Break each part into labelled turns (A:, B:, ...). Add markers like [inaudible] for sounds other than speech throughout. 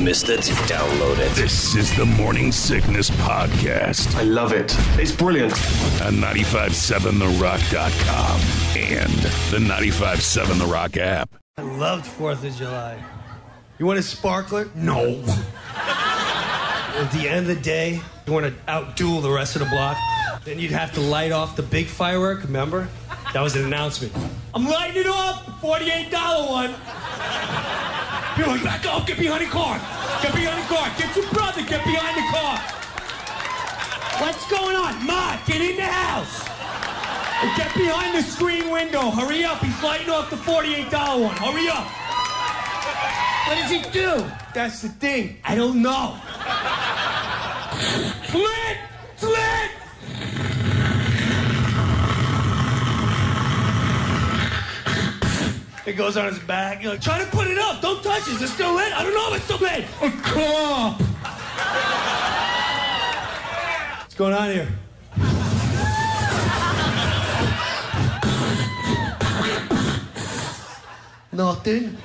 A: missed it, download it.
B: This is the Morning Sickness Podcast
C: I love it. It's brilliant.
B: on 957therock.com and the 957 The Rock app.
D: I loved Fourth of July. You want a sparkler? No. At the end of the day, you want to outduel the rest of the block. Then you'd have to light off the big firework. Remember? That was an announcement. I'm lighting it off. Forty-eight dollar one. People are like, back up. Get behind the car. Get behind the car. Get your brother. Get behind the car. What's going on, Ma? Get in the house. And Get behind the screen window. Hurry up. He's lighting off the $48 one. Hurry up. What does he do? That's the thing. I don't know. It's lit! It's lit! It goes on his back. You're like, try to put it up. Don't touch it. Is it still lit? I don't know if it's still lit. A [laughs] cop. What's going on here? Nothing.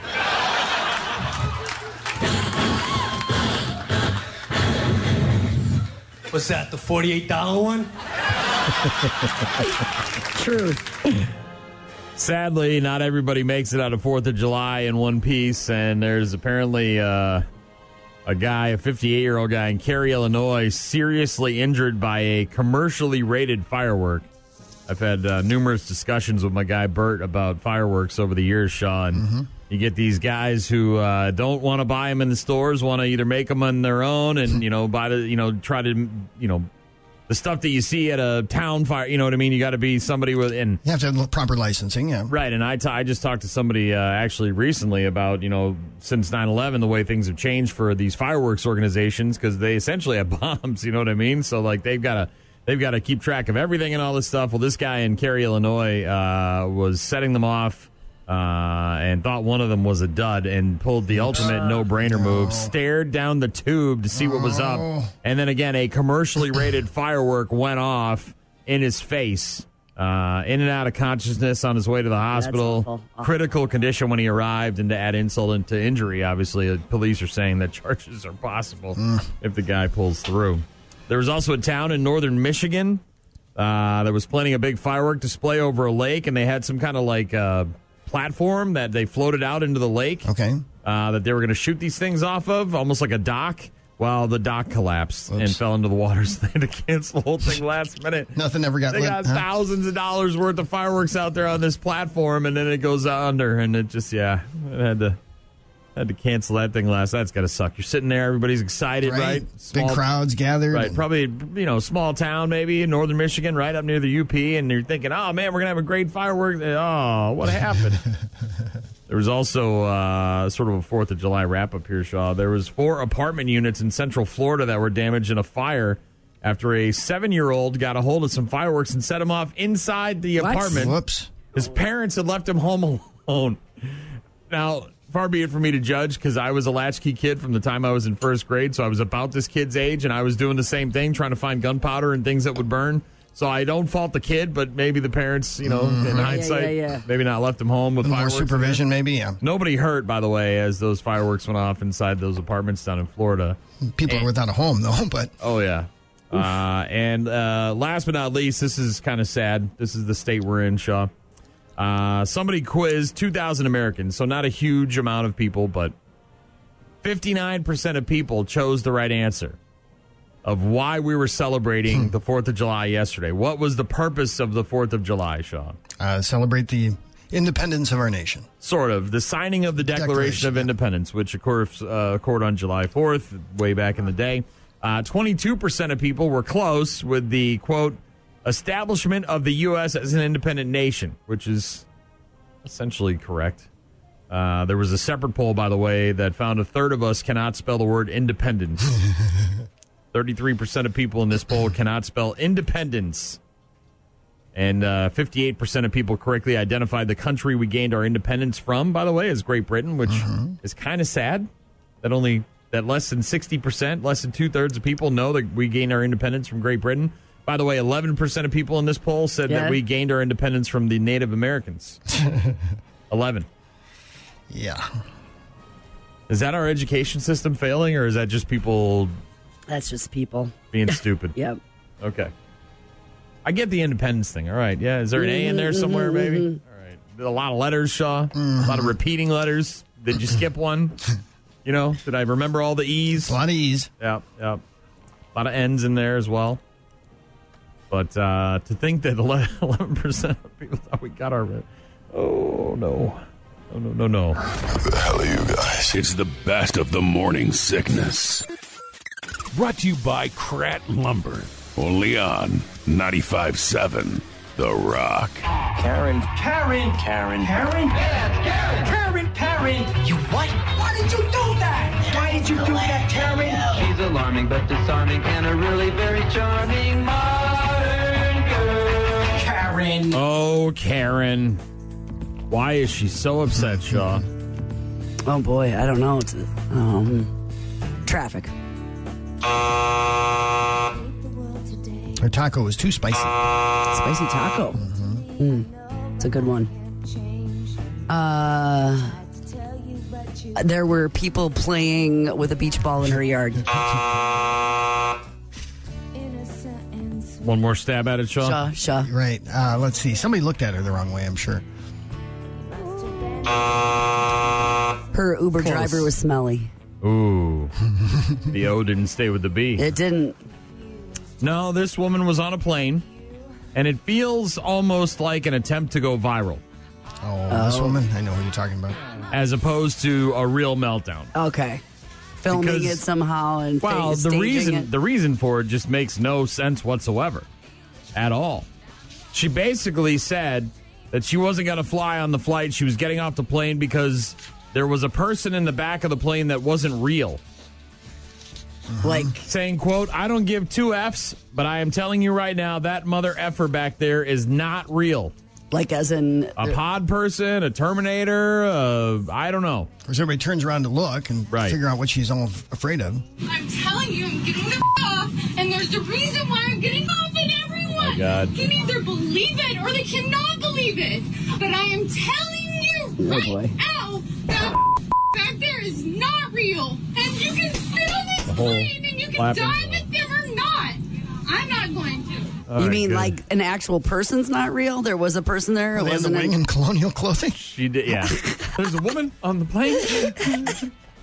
D: What's that? The forty-eight dollar one?
E: Sadly, not everybody makes it out of Fourth of July in one piece, and there's apparently uh, a guy, a 58 year old guy in Cary, Illinois, seriously injured by a commercially rated firework. I've had uh, numerous discussions with my guy Bert about fireworks over the years, Sean. You get these guys who uh, don't want to buy them in the stores, want to either make them on their own, and you know, buy the, you know, try to, you know, the stuff that you see at a town fire. You know what I mean? You got to be somebody with and
F: You have to have l- proper licensing, yeah.
E: Right, and I, t- I just talked to somebody uh, actually recently about, you know, since 9-11, the way things have changed for these fireworks organizations because they essentially have [laughs] bombs, you know what I mean? So, like, they've got to they've got to keep track of everything and all this stuff. Well, this guy in Cary, Illinois uh, was setting them off uh, and thought one of them was a dud and pulled the ultimate no-brainer move, stared down the tube to see what was up, and then again, a commercially rated firework went off in his face uh, in and out of consciousness on his way to the hospital.
G: awful. Awful.
E: Critical condition when he arrived, and to add insult and to injury, obviously, uh, police are saying that [laughs] charges are possible if the guy pulls through. There was also a town in northern Michigan uh, that was planning a big firework display over a lake, and they had some kind of like uh, platform that they floated out into the lake
F: Okay.
E: uh, that they were going to shoot these things off of, almost like a dock. Well, the dock collapsed and fell into the water, [laughs] so they had to cancel the whole thing last minute.
F: [laughs] Nothing ever got
E: They
F: lit,
E: got
F: huh?
E: thousands of dollars worth of fireworks out there on this platform, and then it goes under, and it just yeah, it had to had to cancel that thing last. That's got to suck. You're sitting there, everybody's excited, right?
F: Big crowds gathered.
E: Right,
F: and-
E: probably you know small town, maybe in northern Michigan, right up near the UP, and you're thinking, oh man, we're gonna have a great fireworks. Oh, what happened? there was also uh, sort of a Fourth of July wrap up here, Shaw. There was four apartment units in Central Florida that were damaged in a fire after a seven year old got a hold of some fireworks and set them off inside the apartment.
F: Whoops.
E: His parents had left him home alone. Now, far be it for me to judge because I was a latchkey kid from the time I was in first grade, so I was about this kid's age, and I was doing the same thing, trying to find gunpowder and things that would burn. So I don't fault the kid, but maybe the parents, you know, in hindsight,
G: yeah, yeah.
E: maybe not left him home with
F: Mm-hmm. More
E: fireworks.
F: supervision, maybe, yeah.
E: Nobody hurt, by the way, as those fireworks went off inside those apartments down in Florida.
F: People are without a home, though, [laughs] but
E: Oh yeah. Uh, and uh, last but not least, this is kind of sad. This is the state we're in, Shaw. Uh, somebody quizzed 2,000 Americans, so not a huge amount of people, but 59% of people chose the right answer of why we were celebrating the 4th of July yesterday. What was the purpose of the 4th of July, Sean?
F: uh, celebrate the independence of our nation.
E: Sort of. The signing of the Declaration,
F: Declaration,
E: of
F: yeah.
E: Independence, which of course uh, occurred on July 4th, way back in the day. Uh, 22% of people were close with the, quote, establishment of the U.S. as an independent nation, which is essentially correct. Uh, there was a separate poll, by the way, that found a third of us cannot spell the word independence. 33% of people in this poll cannot spell independence and uh, 58% of people correctly identified the country we gained our independence from by the way is great britain which is kind of sad that only that less than 60% less than two-thirds of people know that we gained our independence from great britain by the way 11% of people in this poll said
G: Yeah.
E: that we gained our independence from the native americans 11
F: Yeah.
E: Is that our education system failing, or is that just people
A: That's just people.
E: being stupid?
A: Yep.
E: Okay. I get the independence thing. All right. Yeah. Is there an A in there somewhere, maybe? All right. A lot of letters, Shaw. A lot of repeating letters. Did you skip one? You know, did I remember all the E's?
F: A lot of ease.
E: Yeah, yeah. A lot of N's in there as well. But uh, to think that [laughs] 11% of people thought we got our. Oh, no. Oh, no, no, no.
B: It's the best of the morning sickness. Brought to you by Krat Lumber. Only on 95.7 The Rock.
G: Karen. Karen. Karen. Karen. Yeah, Karen. Karen. Karen. You what? Why did you do that? Why did you do that, Karen? She's alarming but disarming and a really very charming modern girl. Karen.
E: Oh, Karen. Why is she so upset, Shaw?
A: Oh boy, I don't know. It's um, traffic.
F: Her taco was too spicy.
A: Spicy taco. Mm, it's a good one. Uh, there were people playing with a beach ball in her yard.
E: One more stab at it, Shaw?
A: Shaw, Shaw.
F: Right. Uh, let's see. Somebody looked at her the wrong way, I'm sure.
A: Her Uber
F: Close.
A: driver was smelly. [laughs]
E: Ooh. the O didn't stay with the B.
A: It didn't.
E: No, this woman was on a plane, and it feels almost like an attempt to go viral,
F: Oh, this woman. I know who you're talking about.
E: as opposed to a real meltdown.
A: Okay. Filming
E: Because-
A: it somehow and
E: Well,
A: fa-
E: the
A: staging
E: reason
A: it.
E: the reason for it just makes no sense whatsoever, at all. She basically said that she wasn't going to fly on the flight. She was getting off the plane because there was a person in the back of the plane that wasn't real,
A: like
E: saying, "quote I don't give two f's, but I am telling you right now that mother effer back there is not real.
A: like as in
E: A pod person, a Terminator, uh, I don't know.
F: Of course, everybody turns around to look and
E: Right.
F: figure out what she's all afraid of.
H: I'm telling you, I'm getting the f- off, and there's a reason why I'm getting off in everyone.
E: Oh, God.
H: Can either believe it or they cannot believe it. But I am telling you
A: Oh,
H: right
A: boy.
H: now, that f- back there is not real. And you can sit on this
E: whole
H: plane and you can
E: clapping.
H: die with them or not. I'm not going to.
E: All
A: you
E: right,
A: mean
E: good.
A: like an actual person's not real? There was a person there. It
F: They had the
A: wasn't
F: wing
A: an-
F: in colonial [laughs] clothing.
E: She did, yeah. [laughs] There's a woman on the plane, [laughs]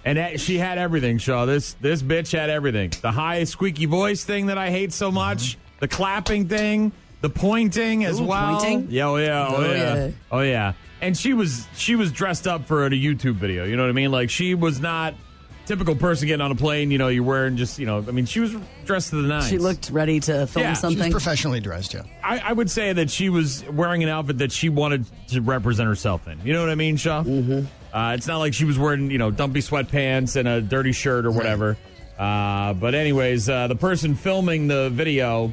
E: and that, she had everything, Shaw. This this bitch had everything. The high squeaky voice thing that I hate so much, the clapping thing, the pointing as
A: Ooh,
E: well.
A: pointing?
E: Yeah, oh yeah, oh,
A: Oh,
E: yeah.
A: yeah.
E: oh yeah. And she was she was dressed up for a YouTube video. You know what I mean? Like she was not typical person getting on a plane. You know, you're wearing just you know. I mean, she was dressed to the nines.
A: She looked ready to film
E: Yeah, she's
F: She's
A: something.
F: professionally dressed, yeah.
E: I, I would say that she was wearing an outfit that she wanted to represent herself in. You know what I mean, Shaw? Mm-hmm. Uh, it's not like she was wearing, you know, dumpy sweatpants and a dirty shirt or whatever. Uh, but anyways, uh, the person filming the video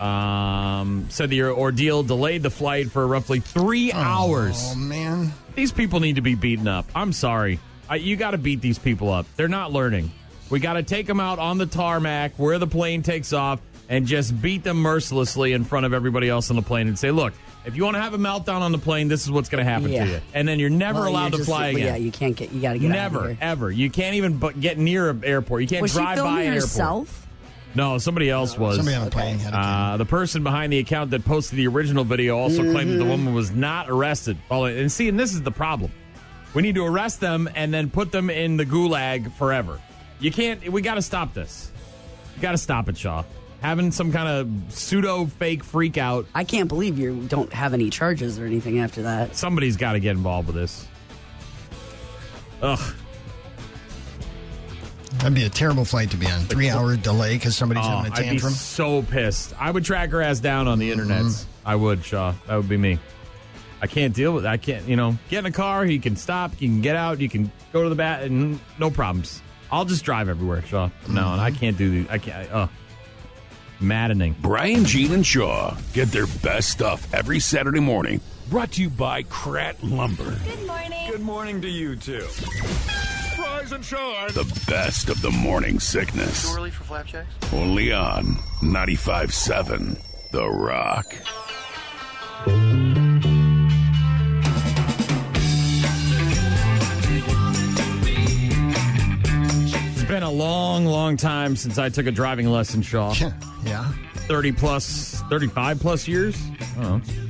E: um, said the ordeal delayed the flight for roughly three
F: Oh,
E: hours.
F: man.
E: These people need to be beaten up. I'm sorry. I, you got to beat these people up. They're not learning. We got to take them out on the tarmac where the plane takes off and just beat them mercilessly in front of everybody else on the plane and say, look, if you want to have a meltdown on the plane, this is what's going to happen
A: Yeah.
E: to you. And then you're never
A: Well,
E: allowed
A: you're
E: to
A: just-
E: fly
A: well,
E: again.
A: Yeah, you can't get. You got to get out of
E: never,
A: here.
E: ever. You can't even bu- get near an airport. You can't
A: Was she
E: drive by
A: filming
E: an airport.
A: herself?
E: No, somebody else was.
F: Somebody on a plane had a camera.
E: Uh, the person behind the account that posted the original video also claimed
F: Mm.
E: that the woman was not arrested. Well, And see, and this is the problem. We need to arrest them and then put them in the gulag forever. You can't, we got to stop this. You got to stop it, Shaw. Having some kind of pseudo fake freak out,
A: I can't believe you don't have any charges or anything after that.
E: somebody's got to get involved with this. Ugh.
F: That'd be a terrible flight to be on. Three hour delay because somebody's
E: Oh,
F: having a
E: I'd be
F: tantrum. Mm-hmm.
E: so pissed. I would track her ass down on the internet. I would, Shaw. That would be me. I can't deal with. I can't. You know, get in a car. You can stop. You can get out. You can go to the bat, and no problems. I'll just drive everywhere, Shaw. No, and I
F: Mm-hmm.
E: can't do. the- I can't. Uh, maddening.
B: Brian, Gene, and Shaw get their best stuff every Saturday morning. Brought to you by Krat Lumber.
I: Good morning.
G: Good morning to you too.
B: The best of the morning sickness.
G: Early for flapjacks?
B: Only on 95.7 The Rock.
E: long, long time since I took a driving lesson, Shaw.
F: [laughs] yeah.
E: 30 plus, 35 plus years. I don't know.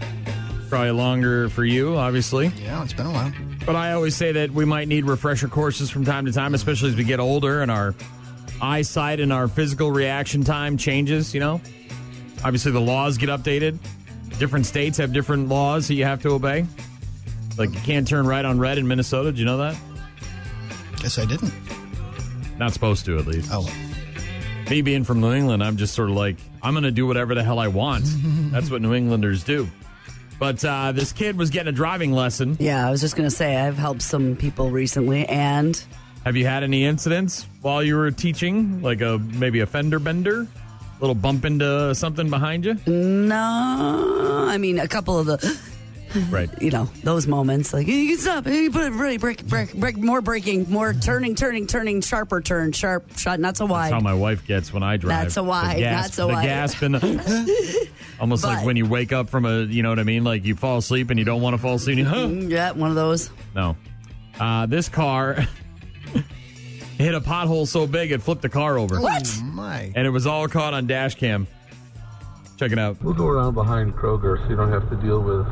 E: Probably longer for you, obviously.
F: Yeah, it's been a while.
E: But I always say that we might need refresher courses from time to time, especially as we get older and our eyesight and our physical reaction time changes, you know? Obviously, the laws get updated. Different states have different laws that you have to obey. Like, you can't turn right on red in Minnesota. Did you know that?
F: Guess I didn't.
E: Not supposed to, at least.
F: Oh,
E: Me being from New England, I'm just sort of like, I'm going to do whatever the hell I want. That's what New Englanders do. But uh, this kid was getting a driving lesson.
A: Yeah, I was just going to say I've helped some people recently, and
E: Have you had any incidents while you were teaching, like a maybe a fender bender, a little bump into something behind you?
A: Mm-hmm. no, I mean a couple of the
E: Right.
A: you know those moments like you can stop, you put it really break, break, break, more braking, more turning, turning, turning, sharper turn, sharp shot, not so
E: That's how
A: wide.
E: my wife gets when I drive.
A: That's a why,
E: The gasp,
A: not so
E: the
A: why.
E: gasp and
A: [laughs]
E: the- almost like
A: But-
E: when you wake up from a, you know what I mean? Like you fall asleep and you don't want to fall asleep. and you, huh?
A: Yeah, one of those.
E: [laughs] No. Uh, this car [laughs] hit a pothole so big it flipped the car over.
A: What?
F: my.
E: And it was all caught on dash cam. Check it out.
I: We'll go around behind Kroger so you don't have to deal with.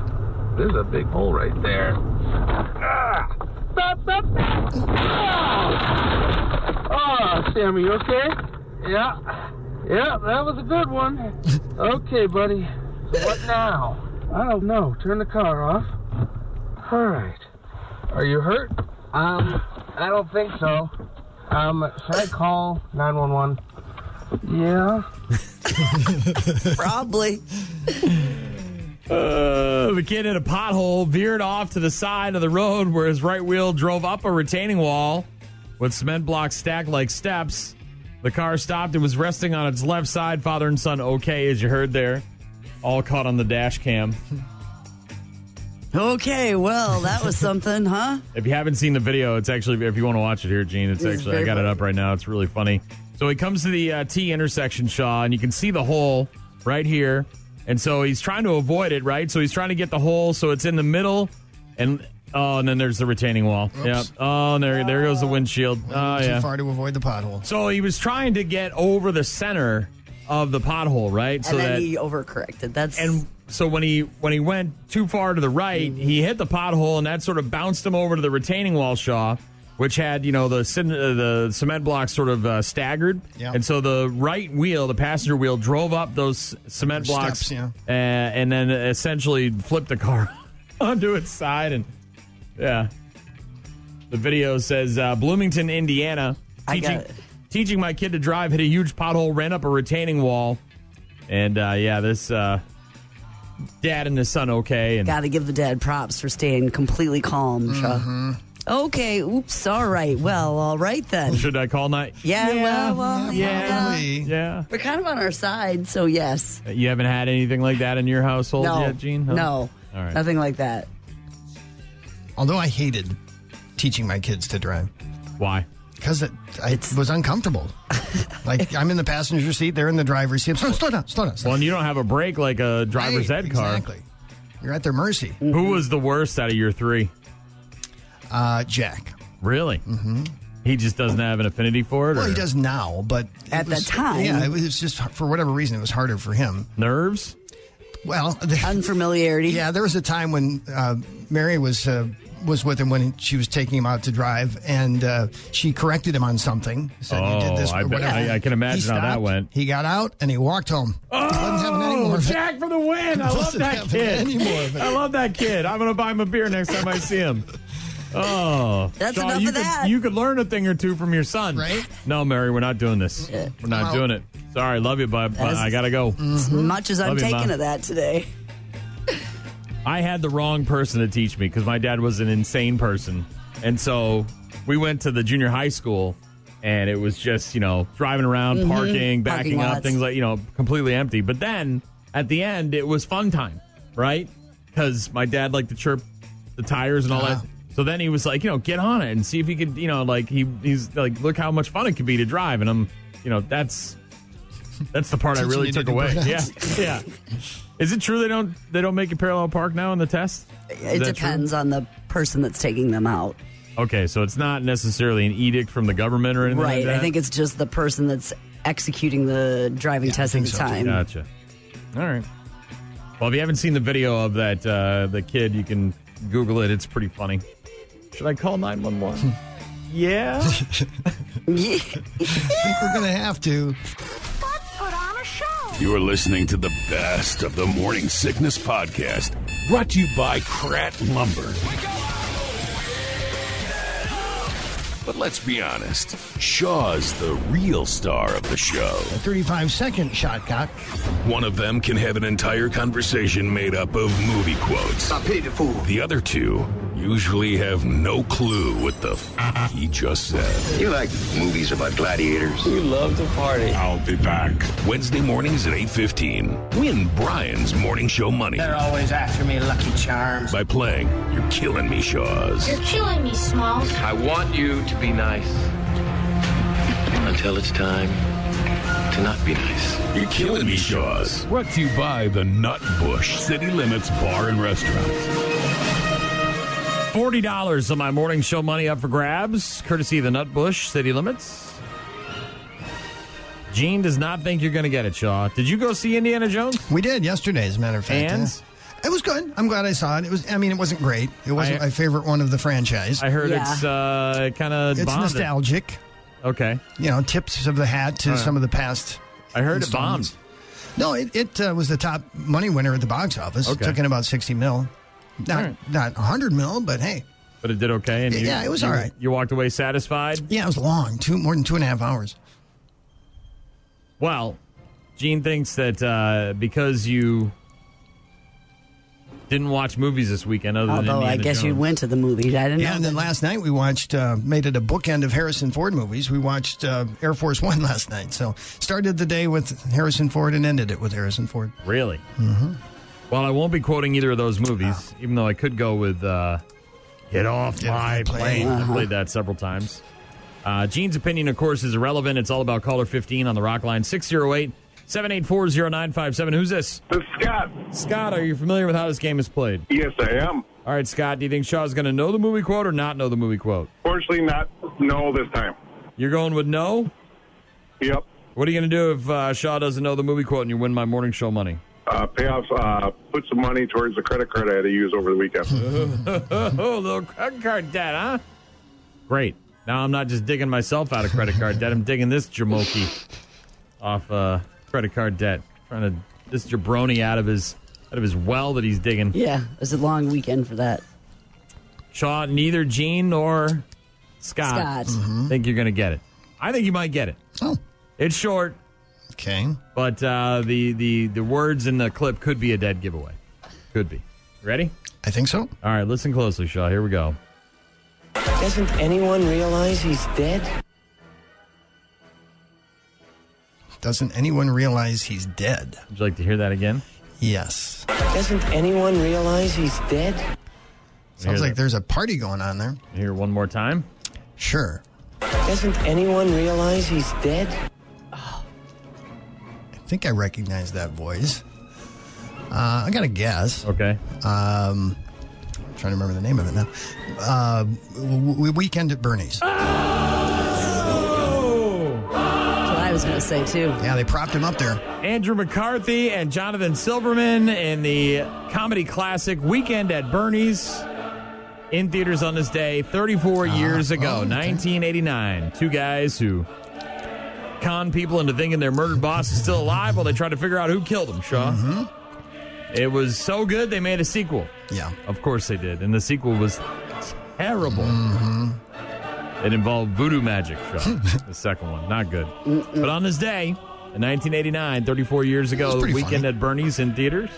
I: There's a big hole right there. Ah! Stop, stop, stop! Ah! Oh, Sammy, you okay? Yeah. Yeah, that was a good one. Okay, buddy. So what now? I don't know. Oh, Turn the car off. All right. Are you hurt? Um, I don't think so. Um, should I call 911? Yeah.
E: Hmm.
A: Probably.
E: Uh, the kid hit a pothole, veered off to the side of the road where his right wheel drove up a retaining wall with cement blocks stacked like steps. The car stopped. It was resting on its left side. Father and son, okay, as you heard there. All caught on the dash cam.
A: Okay, well that was something, huh?
E: If you haven't seen the video, it's actually if you want to watch it here, Gene, it's,
A: It's
E: actually I
A: very
E: got it
A: funny.
E: up right now. It's really funny. So he comes to the uh, T intersection, Shaw, and you can see the hole right here. And so he's trying to avoid it, right? So he's trying to get the hole so it's in the middle, and oh, and then there's the retaining wall. Yep. Oh, and there there goes the windshield. Oh
F: Too
E: yeah.
F: far to avoid the pothole.
E: So he was trying to get over the center of the pothole, right? so
A: and then
E: that
A: he overcorrected. That's Mm-hmm.
E: and so when he when he went too far to the right, he hit the pothole, and that sort of bounced him over to the retaining wall, Shaw, which had you know the cin- uh, the cement blocks sort of uh, staggered,
F: Yeah.
E: and so the right wheel, the passenger wheel, drove up those cement
F: Those
E: blocks,
F: steps, yeah.
E: uh, and then essentially flipped the car [laughs] onto its side, and yeah, the video says uh, Bloomington, Indiana,
A: I got
E: teaching
A: it.
E: teaching my kid to drive, hit a huge pothole, ran up a retaining wall, and uh, yeah, this. Uh, dad and his son okay and
A: got to give the dad props for staying completely calm. Shaw.
E: Mm-hmm.
A: Okay, oops, all right. Well, all right
E: [laughs]
A: then.
E: should i call night
A: Yeah, well, well, yeah.
F: Probably.
E: yeah
A: We're kind of on our side, so yes.
E: you haven't had anything like that in your household
A: No,
E: yet gene Huh?
A: no,
E: all right
A: nothing like that.
F: Although I hated teaching my kids to drive
E: why
F: because it, I
E: [laughs]
F: was uncomfortable. like I'm in the passenger seat, they're in the driver's seat. Slow, slow down, slow down. Slow
E: well and you don't have a break like a driver's
F: Right,
E: ed car
F: Exactly. You're at their mercy.
E: who was the worst out of your three
F: Uh, Jack.
E: really mm-hmm. he just doesn't have an affinity for it
F: Well,
E: or
F: he does now, but it
A: At the
F: was-
A: time-
F: yeah, it was just for whatever reason it was harder for him.
E: nerves
F: Well, [laughs]
A: Unfamiliarity.
F: yeah, there was a time when uh, Mary was uh, was with him when she was taking him out to drive, and uh, she corrected him on something. Said, you
E: Oh,
F: did this, or
E: I bet-
F: whatever.
E: I- I can
F: He
E: imagine how that
F: stopped,
E: went.
F: He got out and he walked home. Oh, wasn't having any more
E: Oh,
F: of it. [laughs]
E: Jack for the win! I love
F: Wasn't
E: that
F: having
E: kid.
F: any more of it.
E: I love that kid. I'm gonna buy him a beer next time I see him. Oh,
A: That's
E: Shaw,
A: enough
E: you
A: of
E: could,
A: that.
E: You could learn a thing or two from your son,
F: Right?
E: No, Mary, we're not doing this.
A: Uh,
E: We're not
F: out.
E: doing it. Sorry, love you, bud, but
A: That's-
E: I gotta go.
A: As much as I'm
E: Love you,
A: taking
E: Mom.
A: of that today.
E: I had the wrong person to teach me because my dad was an insane person. And so we went to the junior high school and it was just, you know, driving around, parking, backing up,
A: lots.
E: things like, you know, completely empty. But then at the end, it was fun time, right? Because my dad liked to chirp the tires and all
F: Ah.
E: that. So then he was like, you know, get on it and see if he could, you know, like he, he's like, look how much fun it could be to drive. And I'm, you know, that's that's the part I
F: Teaching
E: really
F: you to
E: took
F: do
E: away. Yeah,
F: burnouts.
E: yeah. Is it true they don't they don't make you parallel park now in the test? Is
A: It
E: that
A: depends on the person that's taking them out.
E: true? Okay, so it's not necessarily an edict from the government or anything
A: Right.
E: like that?
A: I think it's just the person that's executing the driving test at the time.
E: Gotcha. All right. Well, if you haven't seen the video of that uh, the kid, you can Google it. It's pretty funny. Should I call 911? yeah.
F: We're going to have to.
B: You're listening to the best of the Morning Sickness Podcast, brought to you by Krat Lumber. But let's be honest, Shaw's the real star of the show.
F: A 35 second shot cock.
B: One of them can have an entire conversation made up of movie quotes. I paid the fool. The other two usually have no clue what the f- he just said.
J: You like movies about gladiators?
B: We love to party. I'll be back Wednesday mornings at 8:15. Win Brian's morning show money
J: They're always after me, Lucky Charms.
B: by playing "You're Killing Me, Shaw's."
H: You're killing me, Smalls.
G: I want you to be nice until it's time to not be nice.
B: You're killing me, Shaw's. Brought to you by the Nut Bush City Limits Bar and Restaurant.
E: $40 of my morning show money up for grabs, courtesy of the Nutbush City Limits. Gene does not think you're going to get it, Shaw. Did you go see Indiana Jones?
F: We did yesterday, as a matter of fact.
E: And?
F: Uh, it was good. I'm glad I saw it. It was. I mean, it wasn't great. It wasn't
E: I-
F: my favorite one of the franchise.
E: I heard
A: Yeah.
E: it's uh, kind of
F: it's
E: bombed.
F: nostalgic.
E: Okay.
F: You know, tips of the hat to some of the past.
E: I heard it
F: installments.
E: bombed.
F: No, it, it uh, was the top money winner at the box office.
E: Okay.
F: Took in about 60 mil. Not,
E: All right.
F: not 100 mil, but hey.
E: But it did okay. And you,
F: Yeah, it was
E: you-
F: all right.
E: You walked away satisfied?
F: Yeah, it was long. Two More than two and a half hours.
E: Well, Gene thinks that uh, because you didn't watch movies this weekend, other than
A: [laughs] Although I
E: Indiana
A: guess you
E: Jones-
A: went to the movie. I didn't
F: Yeah,
A: know.
F: and then
A: that.
F: last night we watched, uh, made it a bookend of Harrison Ford movies. We watched uh, Air Force One [laughs] last night. So started the day with Harrison Ford and ended it with Harrison Ford.
E: Really? Mm-hmm. Well, I won't be quoting either of those movies, even though I could go with uh, "Get Off
F: Get off
E: My
F: my
E: Plane."
F: plane.
E: I played that several times. Uh, Gene's opinion, of course, is irrelevant. It's all about caller 15 on the Rock Line 608 784 0957. Who's this?
K: This is Scott.
E: Scott, are you familiar with how this game is played?
K: Yes, I am.
E: All right, Scott, do you think Shaw's going to know the movie quote or not know the movie quote?
K: Fortunately, not no this time.
E: You're going with no?
K: Yep.
E: What are you going to do if uh, Shaw doesn't know the movie quote and you win my morning show money? [laughs]
K: Uh, pay off. Uh, put some money towards the credit card I had to use over the
B: Hmm.
K: weekend.
E: Oh, little credit card debt, huh? Great. Now I'm not just digging myself out of credit card debt. I'm digging this Jamoki off uh, credit card debt. Trying to this jabroni out of his out of his well that he's digging.
A: Yeah, it was a long weekend for that.
E: Shaw, neither Gene nor Scott,
A: Scott.
E: think you're going to get it. I think you might get it.
F: Oh,
E: It's short,
F: okay.
E: but uh, the the the words in the clip could be a dead giveaway. Could be. Ready?
F: I think so.
E: All right, listen closely, Shaw. Here we go.
G: Doesn't anyone realize he's dead?
F: Doesn't anyone realize he's dead?
E: Would you like to hear that again?
F: Yes.
G: Doesn't anyone realize he's dead?
F: Sounds
E: that.
F: like there's a party going on there.
E: Here one more time.
F: Sure.
G: Doesn't anyone realize he's dead?
F: I think I recognize that voice. Uh, I got to guess.
E: Okay.
F: Um, I'm trying to remember the name of it now. Uh, w- w- weekend at Bernie's.
A: That's what I was going to say, too.
F: Yeah, they propped him up there.
E: Andrew McCarthy and Jonathan Silverman in the comedy classic Weekend at Bernie's in theaters on this day 34 years ago,
F: oh, okay.
E: 1989. Two guys who con people into thinking their murdered boss is still alive while they try to figure out who killed him, Shaw.
F: Mm-hmm.
E: It was so good they made a sequel.
F: Yeah.
E: Of course they did. And the sequel was terrible.
F: Mm-hmm.
E: It involved voodoo magic,
F: [laughs]
E: Shaw. the second one. Not good. But on this day, in 1989, 34 years ago,
F: pretty
E: Weekend
F: funny.
E: at Bernie's in theaters.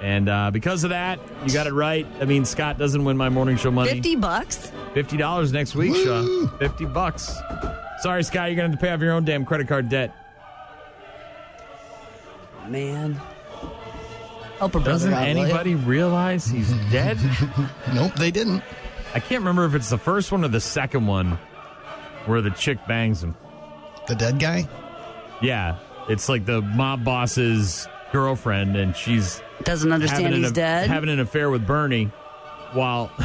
E: And uh, because of that, you got it right. I mean, Scott doesn't win my morning show money.
A: 50 bucks?
E: Fifty dollars next week, Shaw. Fifty bucks. Sorry, Scott, you're gonna have to pay off your own damn credit card debt.
A: Man. Help a brother
E: Doesn't
A: out, will ya?
E: anybody realize
F: [laughs]
E: he's dead?
F: Nope, they didn't.
E: I can't remember if it's the first one or the second one where the chick bangs him.
F: The dead guy?
E: Yeah, it's like the mob boss's girlfriend, and she's
A: Doesn't understand
E: having,
A: he's
E: an,
A: dead?
E: having an affair with Bernie while [laughs]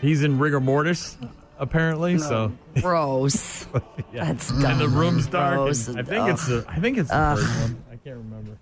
E: He's in rigor mortis, apparently. So [laughs]
A: Gross.
E: yeah.
A: That's
E: and
A: dumb.
E: the room's dark. and
A: Gross.
E: I think it's the I think it's the
A: Ugh.
E: first one. I can't remember.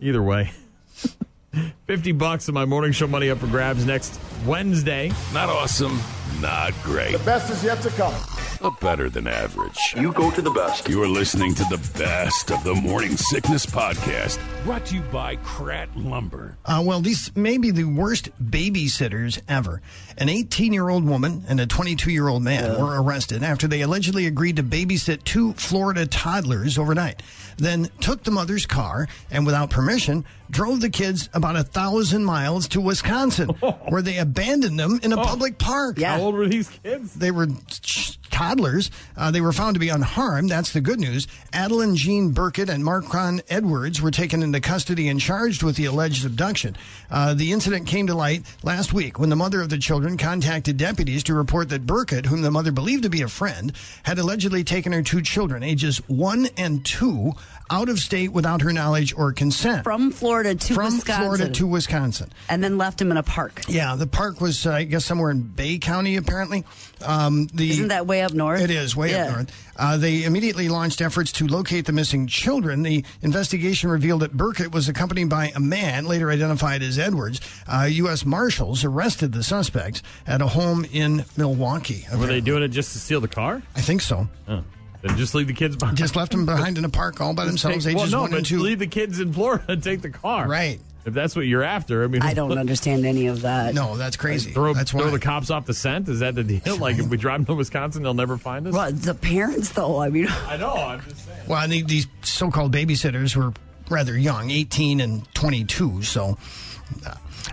E: Either way. [laughs] 50 bucks of my morning show money up for grabs next Wednesday.
B: Not awesome, not great,
L: best is yet to come.
B: but better than average. You go to the best. You're listening to the best of the Morning Sickness Podcast, brought to you by Krat Lumber.
F: Uh, well, these may be the worst babysitters ever. An 18 year old woman and a 22 year old man were arrested after they allegedly agreed to babysit two Florida toddlers overnight, then took the mother's car and, without permission, drove the kids about a thousand miles to Wisconsin, where they abandoned them in a public park.
E: How old were these kids?
F: They were ch- toddlers. Uh, they were found to be unharmed. That's the good news. Adeline Jean Burkett and Marcron Edwards were taken into custody and charged with the alleged abduction. Uh, the incident came to light last week when the mother of the children contacted deputies to report that Burkett, whom the mother believed to be a friend, had allegedly taken her two children, ages one and two, out of state without her knowledge or consent.
A: From Florida to
F: From
A: Wisconsin.
F: Florida to Wisconsin.
A: and then left him in a park.
F: Yeah, the park was, uh, I guess, somewhere in Bay County, apparently. Um, the,
A: Isn't that way up north?
F: It is way
A: Yeah.
F: up north. Uh, they immediately launched efforts to locate the missing children. The investigation revealed that Burkett was accompanied by a man, later identified as Edwards. Uh, U.S. Marshals arrested the suspects at a home in Milwaukee.
E: Were they doing it just to steal the car?
F: I think so.
E: Oh. Then just leave the kids behind.
F: Just left them behind in a park all by themselves,
E: Take-
F: ages
E: well, no,
F: one
E: but
F: and two.
E: leave the kids in Florida and take the car.
F: Right.
E: If that's what you're after, I mean,
A: I don't understand any of that.
F: No, that's crazy.
E: Throw,
F: that's
E: throw
F: why.
E: the cops off the scent? Is that the deal? Like, if we drive them to Wisconsin, they'll never find us?
A: Well, the parents, though. I mean, [laughs]
E: I know. I'm just saying.
F: Well, I think these so called babysitters were rather young 18 and 22. So.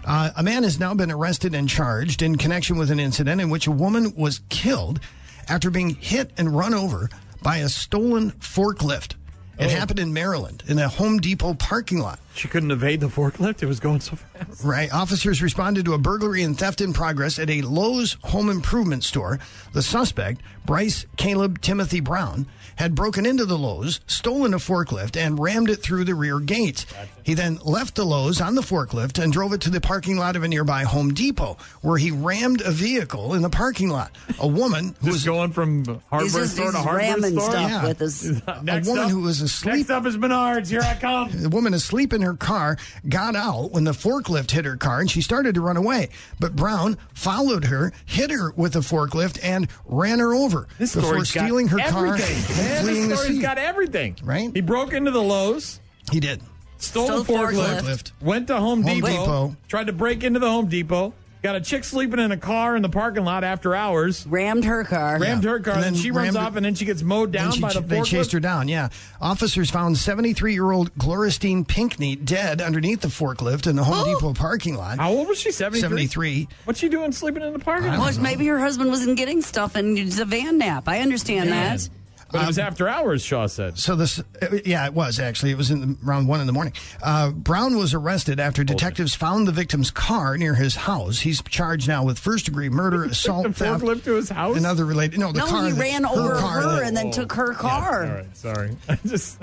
F: Uh, a man has now been arrested and charged in connection with an incident in which a woman was killed after being hit and run over by a stolen forklift. It happened in Maryland in a Home Depot parking lot.
E: She couldn't evade the forklift. It was going so fast.
F: [laughs] Right. Officers responded to a burglary and theft in progress at a Lowe's home improvement store. The suspect, Bryce Caleb Timothy Brown, had broken into the Lowe's, stolen a forklift, and rammed it through the rear gates. He then left the Lowe's on the forklift and drove it to the parking lot of a nearby Home Depot, where he rammed a vehicle in the parking lot. A woman who
E: Just
F: was
E: going from hardware
A: He's just-
E: store to
A: he's
E: hardware
A: ramming
E: store.
A: stuff
E: [laughs]
A: with his-
E: Next
F: a woman
E: up-
F: who was asleep.
E: Next up is Menards. Here I come.
F: The woman asleep in her car got out when the forklift hit her car and she started to run away. But Brown followed her, hit her with a forklift, and ran her over
E: This
F: before
E: story's got
F: stealing her car [laughs] and
E: everything. Man,
F: fleeing the
E: this story's
F: scene.
E: got everything.
F: Right?
E: He broke into the Lowe's,
F: He did.
E: stole,
A: Stole
E: the forklift,
F: forklift.
E: went to Home,
F: Home
E: Depot,
F: Depot.
E: tried to break into the Home Depot, got a chick sleeping in a car in the parking lot after hours,
A: rammed her car.
E: rammed
F: Yeah.
E: her car, and
F: And
E: then
F: then
E: she runs
F: rammed-
E: off, and then she gets mowed
F: Then
E: down
F: she
E: by the
F: ch- they
E: forklift.
F: chased her down. Yeah, officers found 73-year-old Gloristine Pinkney dead underneath the forklift in the Home
E: Oh!
F: Depot parking lot.
E: How old was she? 73?
F: 73.
E: What's she doing sleeping in the parking lot?
A: Well, maybe her husband wasn't getting stuff and it's a van nap. I understand that.
E: But it was after hours, Shaw said.
F: So this, uh, yeah, it was actually. It was in the, around one in the morning. Uh, Brown was arrested after detectives found the victim's car near his house. He's charged now with first degree murder, assault,
E: the
F: theft,
E: forklift to his house?
F: another related. No, the
A: no,
F: car.
A: he
F: that-
A: ran
F: her
A: over
F: car
A: her
F: that-
A: and then took her car.
E: All right, sorry. [laughs] I just,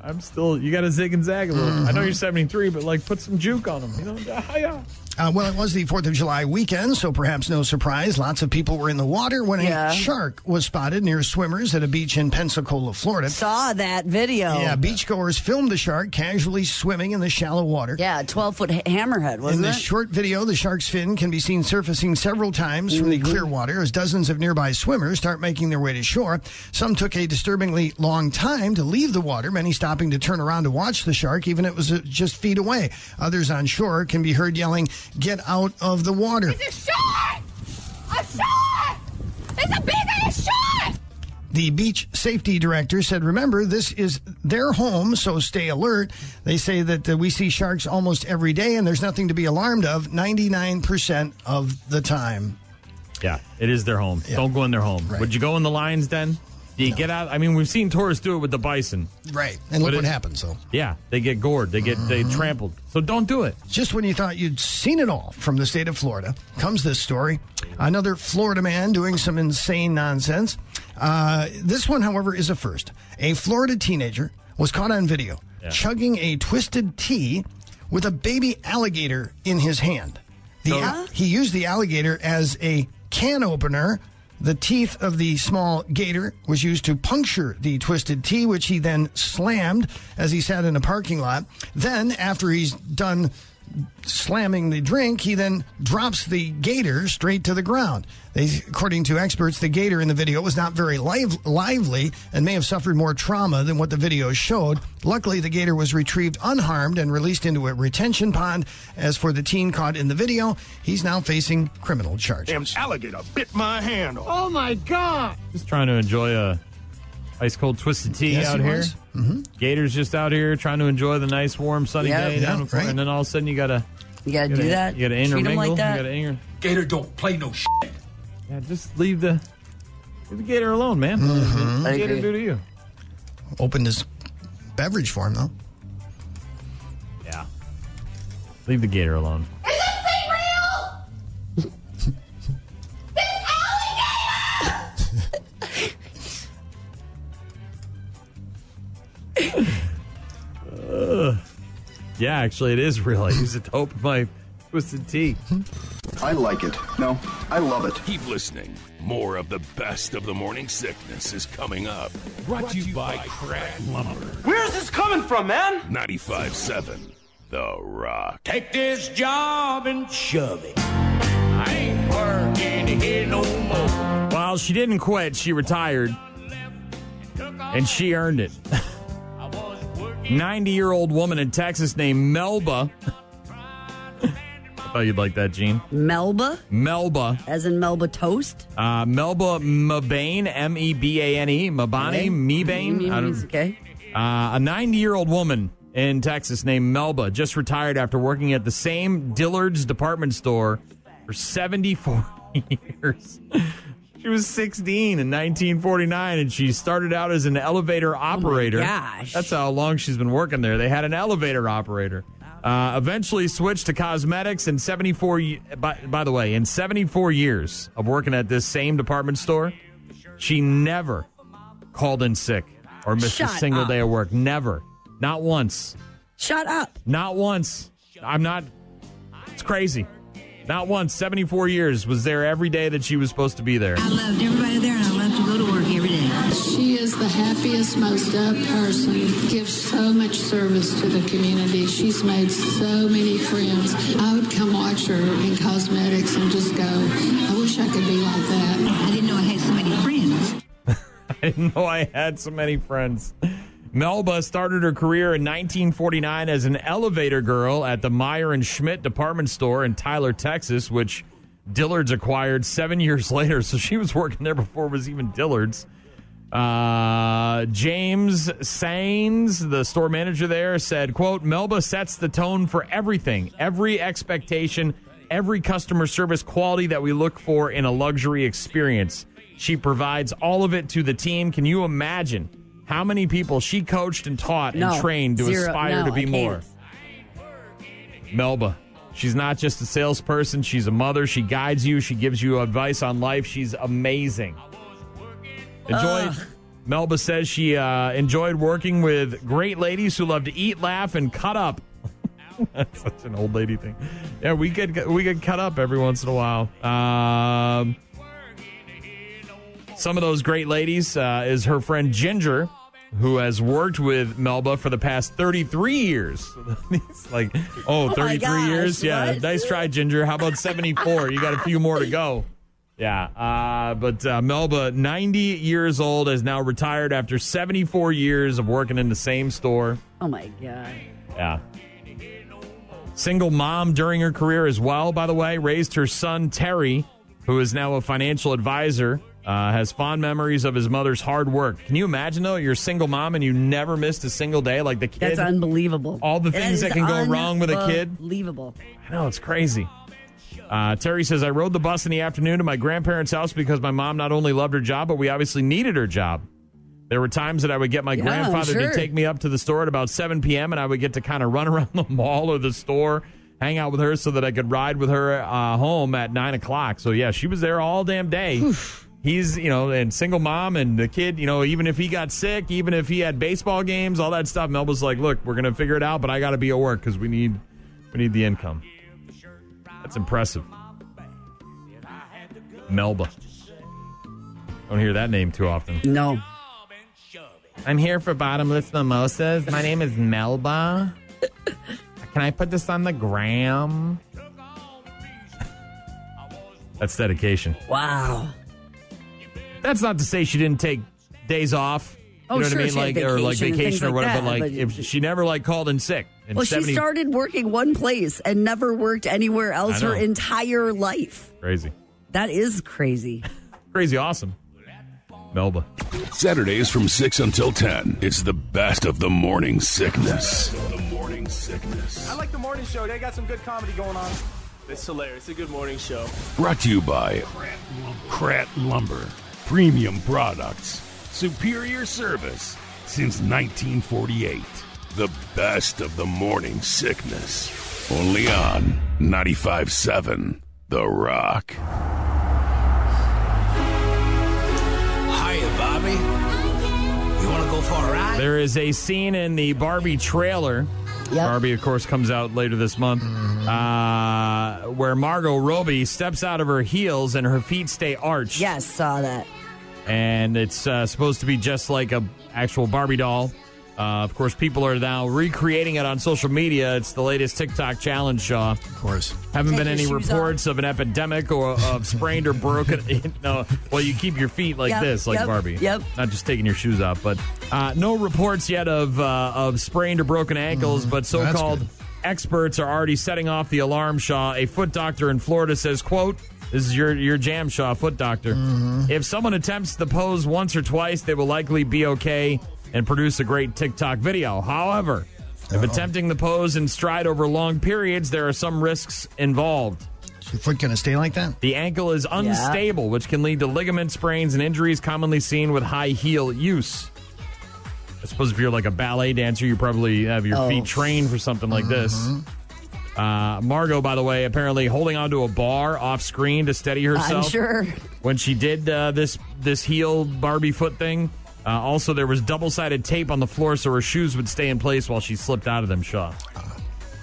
E: I'm still. You got to zig and zag a little. I know you're 73, but like, put some juke on them. You know, [laughs] yeah.
F: Uh, well, it was the 4th of July weekend, so perhaps no surprise. Lots of people were in the water when
A: Yeah.
F: a shark was spotted near swimmers at a beach in Pensacola, Florida.
A: Saw that video.
F: Yeah, beachgoers filmed the shark casually swimming in the shallow water.
A: Yeah, 12 foot ha- hammerhead,
F: In
A: wasn't
F: this
A: it?
F: short video, the shark's fin can be seen surfacing several times from
A: Mm-hmm.
F: the clear water as dozens of nearby swimmers start making their way to shore. Some took a disturbingly long time to leave the water, many stopping to turn around to watch the shark, even if it was uh, just feet away. Others on shore can be heard yelling, Get out of the water.
H: It's a shark! A shark! It's a big ass shark!
F: The beach safety director said, Remember, this is their home, so stay alert. They say that uh, we see sharks almost every day, and there's nothing to be alarmed of 99% of the time.
E: Yeah, it is their home. Don't go in their home. Would you go in the lion's den? Do you get out? I mean, we've seen tourists do it with the bison.
F: Right. And look
E: But
F: what
E: it-
F: happened, so.
E: Yeah, they get gored. They get they trampled. So don't do it.
F: Just when you thought you'd seen it all from the state of Florida, comes this story. Another Florida man doing some insane nonsense. Uh, this one, however, is a first. A Florida teenager was caught on video chugging a twisted tea with a baby alligator in his hand. The, He used the alligator as a can opener. The teeth of the small gator was used to puncture the twisted T, which he then slammed as he sat in a parking lot. Then, after he's done slamming the drink, he then drops the gator straight to the ground. They, according to experts, the gator in the video was not very live, lively and may have suffered more trauma than what the video showed. Luckily, the gator was retrieved unharmed and released into a retention pond. As for the teen caught in the video, he's now facing criminal charges.
L: Damn alligator bit my hand.
I: Oh my god!
E: Just trying to enjoy a ice cold twisted tea
F: Yes,
E: out
F: he
E: here.
F: was.
E: Gators just out here trying to enjoy the nice warm sunny
A: Mm-hmm. Yeah,
E: day,
A: yeah,
E: down in Florida, and then all of a sudden you gotta
A: You gotta
E: gotta-
A: do that.
E: You gotta
A: Treat 'em
E: intermingle.
A: like that.
E: You gotta inter-
L: Gator don't play no shit.
E: yeah, just leave the leave the gator alone, man.
A: Mm-hmm.
E: What did the gator do to you?
F: Opened his beverage for him, though.
E: Yeah. Leave the gator alone.
H: Is this thing real?
E: [laughs] Ugh. Yeah, actually, it is real. I use it to open my twisted tea.
B: I like it. No, I love it. Keep listening. More of the best of the morning sickness is coming up. Brought, to you, by, Crack Lumber.
G: Where's this coming from, man?
B: 95.7 The Rock.
G: Take this job and shove it. I ain't working here no more.
E: Well, she didn't quit. She retired. And she earned it. [laughs] 90 year old woman in Texas named Melba. [laughs] I thought you'd like that, Gene.
A: Melba,
E: Melba.
A: as in Melba toast.
E: Uh, Melba Mabane, M E B A N E. Mabane, Mebane. I don't-
A: Mm-hmm. Okay.
E: Uh, a 90 year old woman in Texas named Melba just retired after working at the same Dillard's department store for 74 [laughs] years. She was 16 in 1949 and she started out as an elevator operator.
A: gosh.
E: That's how long she's been working there. They had an elevator operator. Uh, eventually switched to cosmetics in 74 y- by, by the way, in 74 years of working at this same department store, she never called in sick or missed a
A: Shut
E: single
A: up.
E: day of work. Never. Not once.
A: Shut up.
E: Not once. I'm not. It's crazy. Not once. 74 years was there every day that she was supposed to be there. [laughs]
M: loved everybody there and I love to go to work every day.
N: She is the happiest, most up person, gives so much service to the community. She's made so many friends. I would come watch her in cosmetics and just go, I wish I could be like that. I didn't know I had so many friends.
E: I didn't know I had so many friends. Melba started her career in 1949 as an elevator girl at the Meyer and Schmidt department store in Tyler, Texas, which Dillard's acquired seven years [laughs] later. So she was working there before it was even Dillard's. Uh, James Sains, the store manager there, said, quote, Melba sets the tone for everything, every expectation, every customer service quality that we look for in a luxury experience. She provides all of it to the team. Can you imagine how many people she coached and taught
A: No,
E: and trained to
A: zero.
E: aspire
A: No,
E: to be
A: I can't.
E: more? Melba. She's not just a salesperson, she's a mother. She guides you, she gives you advice on life. She's amazing. Enjoyed.
A: Ugh.
E: Melba says she uh, enjoyed working with great ladies who love to eat, laugh, and cut up. That's [laughs] such an old lady thing. Yeah, we get we get cut up every once in a while. Um, some of those great ladies uh, is her friend Ginger, who has worked with Melba for the past 33 years. [laughs] it's like, oh,
G: my
E: 33
G: gosh,
E: years? Yeah,
G: what?
E: nice try, Ginger. How about 74? you got a few more to go. Yeah, uh, but uh, Melba, 90 years old, is now retired after 74 years of working in the same store.
A: Oh my god.
E: Yeah. Single mom during her career as well, by the way, raised her son Terry, who is now a financial advisor, uh, has fond memories of his mother's hard work. Can you imagine, though? You're a single mom and you never missed a single day like the kid.
A: That's unbelievable.
E: All the things that
A: is
E: can go wrong with a kid.
A: Unbelievable.
E: I know, it's crazy. Uh, Terry says, I rode the bus in the afternoon to my grandparents' house because my mom not only loved her job, but we obviously needed her job. There were times that I would get my
G: Yeah, I'm
E: grandfather
G: sure.
E: to take me up to the store at about 7 p.m., and I would get to kind of run [laughs] around the mall or the store, hang out with her so that I could ride with her uh, home at 9 o'clock. So, yeah, she was there all damn day. He's, you know, and single mom and the kid, you know, even if he got sick, even if he had baseball games, all that stuff, Melba's like, look, we're going to figure it out, but I got to be at work because we need, we need the income. That's impressive. Melba. Don't hear that name too often.
A: No.
E: I'm here for bottomless mimosas. My name is Melba. Can I put this on the gram? That's dedication.
A: Wow.
E: That's not to say she didn't take days off.
A: Oh,
E: you know
A: sure,
E: what I mean?
A: she had
E: Like or like
A: vacation and
E: vacation
A: things
E: or
A: like
E: whatever,
A: that,
E: but like
A: but-
E: if she never like called in sick. And
A: well,
E: 70
A: she started working one place and never worked anywhere else
E: I know.
A: her entire life.
E: crazy.
A: That is crazy.
E: Crazy awesome. Melba.
B: Saturdays from 6 until 10. It's the best of the morning sickness. The morning sickness.
O: I like the morning show. They got some good comedy going on. It's hilarious. It's a good morning show.
B: Brought to you by Krat Lumber. Premium products. Superior service since 1948. The best of the morning sickness. Only on 95.7 The Rock.
P: Hiya, Bobby. You want to go for a ride?
E: There is a scene in the Barbie trailer. Barbie, of course, comes out later this month,
Q: Mm-hmm.
E: uh, where Margot Robbie steps out of her heels and her feet stay arched.
A: Yes, saw that.
E: And it's uh, supposed to be just like a actual Barbie doll. Uh, of course, people are now recreating it on social media. It's the latest TikTok challenge, Shaw. Of
F: course.
E: Haven't
Q: Take
E: been
Q: your
E: any
Q: shoes
E: reports of an epidemic or of sprained or broken. [laughs] no, well, you keep your feet like
Q: Yep,
E: this, like
Q: yep,
E: Barbie.
Q: yep.
E: Not just taking your shoes off, but uh, no reports yet of uh, of sprained or broken ankles. but so-called experts are already setting off the alarm. Shaw, a foot doctor in Florida, says, "quote This is your your jam, Shaw, foot doctor. If someone attempts the pose once or twice, they will likely be okay and produce a great TikTok video. However." If attempting the pose in stride over long periods, there are some risks involved.
F: Is your foot going to stay like that?
E: The ankle is unstable, which can lead to ligament sprains and injuries commonly seen with high heel use. I suppose if you're like a ballet dancer, you probably have your
Q: Oh.
E: feet trained for something like this. Uh, Margot, by the way, apparently holding onto a bar off screen to steady herself.
A: sure.
E: When she did uh, this this heel Barbie foot thing, uh, also there was double sided tape on the floor so her shoes would stay in place while she slipped out of them. Shaw.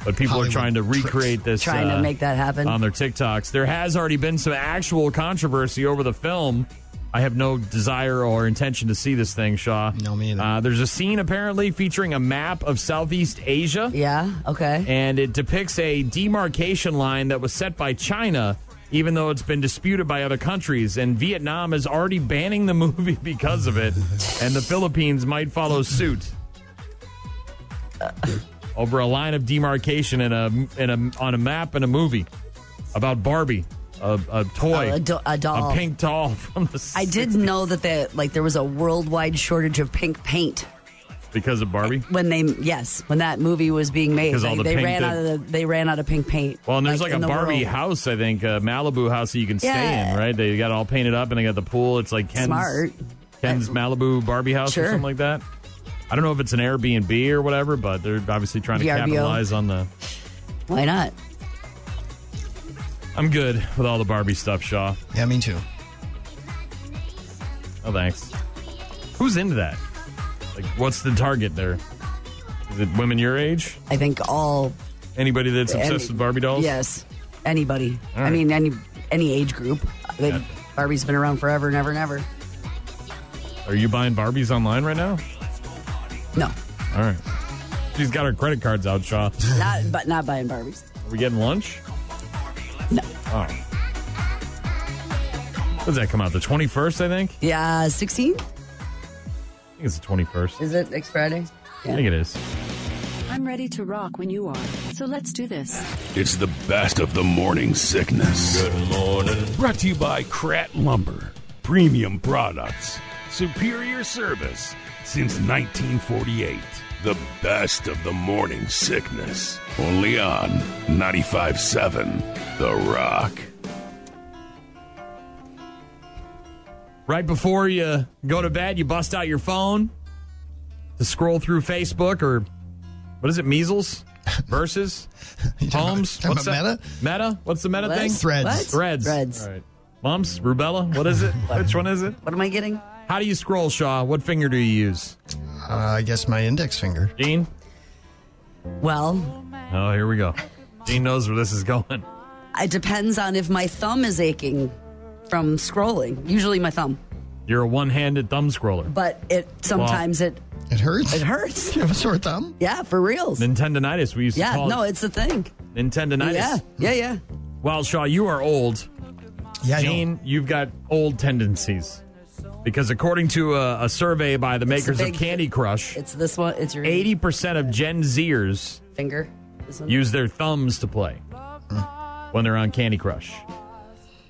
E: But people are
A: Hollywood
E: trying to recreate this,
A: Trying to
E: uh,
A: make that happen.
E: on their TikToks. There has already been some actual controversy over the film. I have no desire or intention to see this thing, Shaw. No, me either. Uh, there's a scene apparently featuring a map of Southeast Asia.
A: Yeah, okay.
E: And it depicts a demarcation line that was set by China, even though it's been disputed by other countries. And Vietnam is already banning the [laughs] movie because of it. and the Philippines might follow
A: [laughs]
E: suit over a line of demarcation in a in a on a map in a movie about Barbie, a, a toy,
A: Oh, a do- a doll.
E: a pink doll from the
A: I did know that the, like there was a worldwide shortage of pink paint
E: because of Barbie.
A: when they yes when that movie was being made.
E: Because all
A: Like,
E: the
A: they
E: pink
A: ran
E: that-
A: out of the, they ran out of pink paint.
E: Well, and there's like,
A: in
E: a
A: the
E: Barbie
A: world.
E: house, I think, a Malibu house that you can stay
A: Yeah.
E: in, right? They got it all painted up and they got the pool. It's like Ken's,
A: Smart.
E: Ken's Malibu Barbie house or
A: Sure.
E: something like that. I don't know if it's an Airbnb or whatever, but they're obviously trying to
A: VRBO.
E: capitalize on the.
A: Why not?
E: I'm good with all the Barbie stuff, Shaw.
F: Yeah, me too.
E: Oh, thanks. Who's into that? Like, what's the target there? Is it women your age?
A: I think all
E: Anybody that's obsessed
A: Any-
E: with Barbie dolls?
A: Yes, anybody.
E: All right.
A: I mean, any any age group. They-
E: Yeah.
A: Barbie's been around forever, never, never.
E: Are you buying Barbies online right now?
A: No,
E: All right. She's got her credit cards out,
A: [laughs]
E: Shaw.
A: not but not buying Barbies.
E: Are we getting lunch?
A: No.
E: Oh. Does that come out the 21st, I think?
A: Yeah, sixteen.
E: I think it's the 21st.
A: Is it next Friday?
E: I think it is.
R: I'm ready to rock when you are. So let's do this.
B: It's the best of the morning sickness. Good morning. Brought to you by Krat Lumber. Premium products. Superior service since 1948. The best of the morning sickness. Only on 95.7 The Rock.
E: Right before you go to bed, you bust out your phone to scroll through Facebook or what is it,
F: [laughs]
E: measles? Versus? Homes?
F: talking
E: What's
F: about
E: that? Meta? What's the meta
A: What?
E: thing?
A: Threads. What?
E: Threads.
A: Threads.
E: All right. Mumps? Rubella? What is it? Which one is it?
A: What am I getting?
E: How do you scroll, Shaw? What finger do you use?
F: Uh, I guess my index finger.
E: Gene?
A: Well,
E: Oh, here we go. Gene knows where this is going.
A: It depends on if my thumb is aching from scrolling. Usually my thumb,
E: You're a one-handed thumb scroller.
A: but it sometimes it
F: it hurts.
A: It
F: [laughs]
A: hurts.
F: You have a sore thumb?
A: Yeah, for reals.
E: Nintendonitis. We used to
A: Yeah,
E: call
A: no,
E: it
A: it's a thing.
E: Nintendonitis.
A: Yeah, yeah, yeah.
E: Well, Shaw, you are old.
F: Yeah,
E: Gene, you've got old tendencies because according to a, a survey by the
A: It's
E: makers
A: the
E: of
A: big-
E: Candy Crush,
A: It's this one. It's your
E: eighty percent of Gen Zers
A: finger. This one.
E: use their thumbs to play when they're on Candy Crush,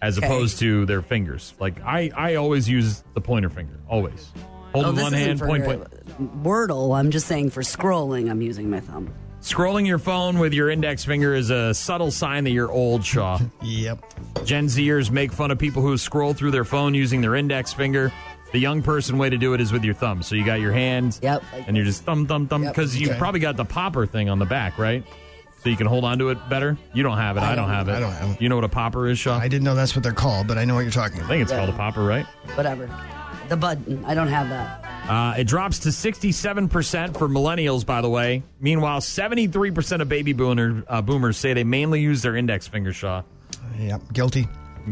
E: as
A: Mm. Okay.
E: opposed to their fingers. Like I, I always use the pointer finger. Always hold
A: Oh,
E: in
A: this
E: one
A: isn't
E: hand,
A: for
E: point,
A: very-
E: point.
A: Wordle. I'm just saying for scrolling, I'm using my thumb.
E: Scrolling your phone with your index finger is a subtle sign that you're old,
A: [laughs]
E: Shaw.
F: yep.
E: Gen Zers make fun of people who scroll through their phone using their index finger. The young person way to do it is with your thumb. So you got your hand, yep, and you're just thumb, thumb, thumb, because you
F: Okay.
E: probably got the popper thing on the back, right? So you can hold on to it better. You don't have it. I, don't, have it. I don't have it. You know what a popper is, Shaw?
F: I didn't know that's what they're called, but I know what you're talking about.
E: I think it's called a popper, right?
A: Whatever. The button. I don't have that.
E: Uh, it drops to 67% for millennials, by the way. Meanwhile, 73% of baby boomer, uh, boomers say they mainly use their index finger, Shaw.
F: Yep, guilty.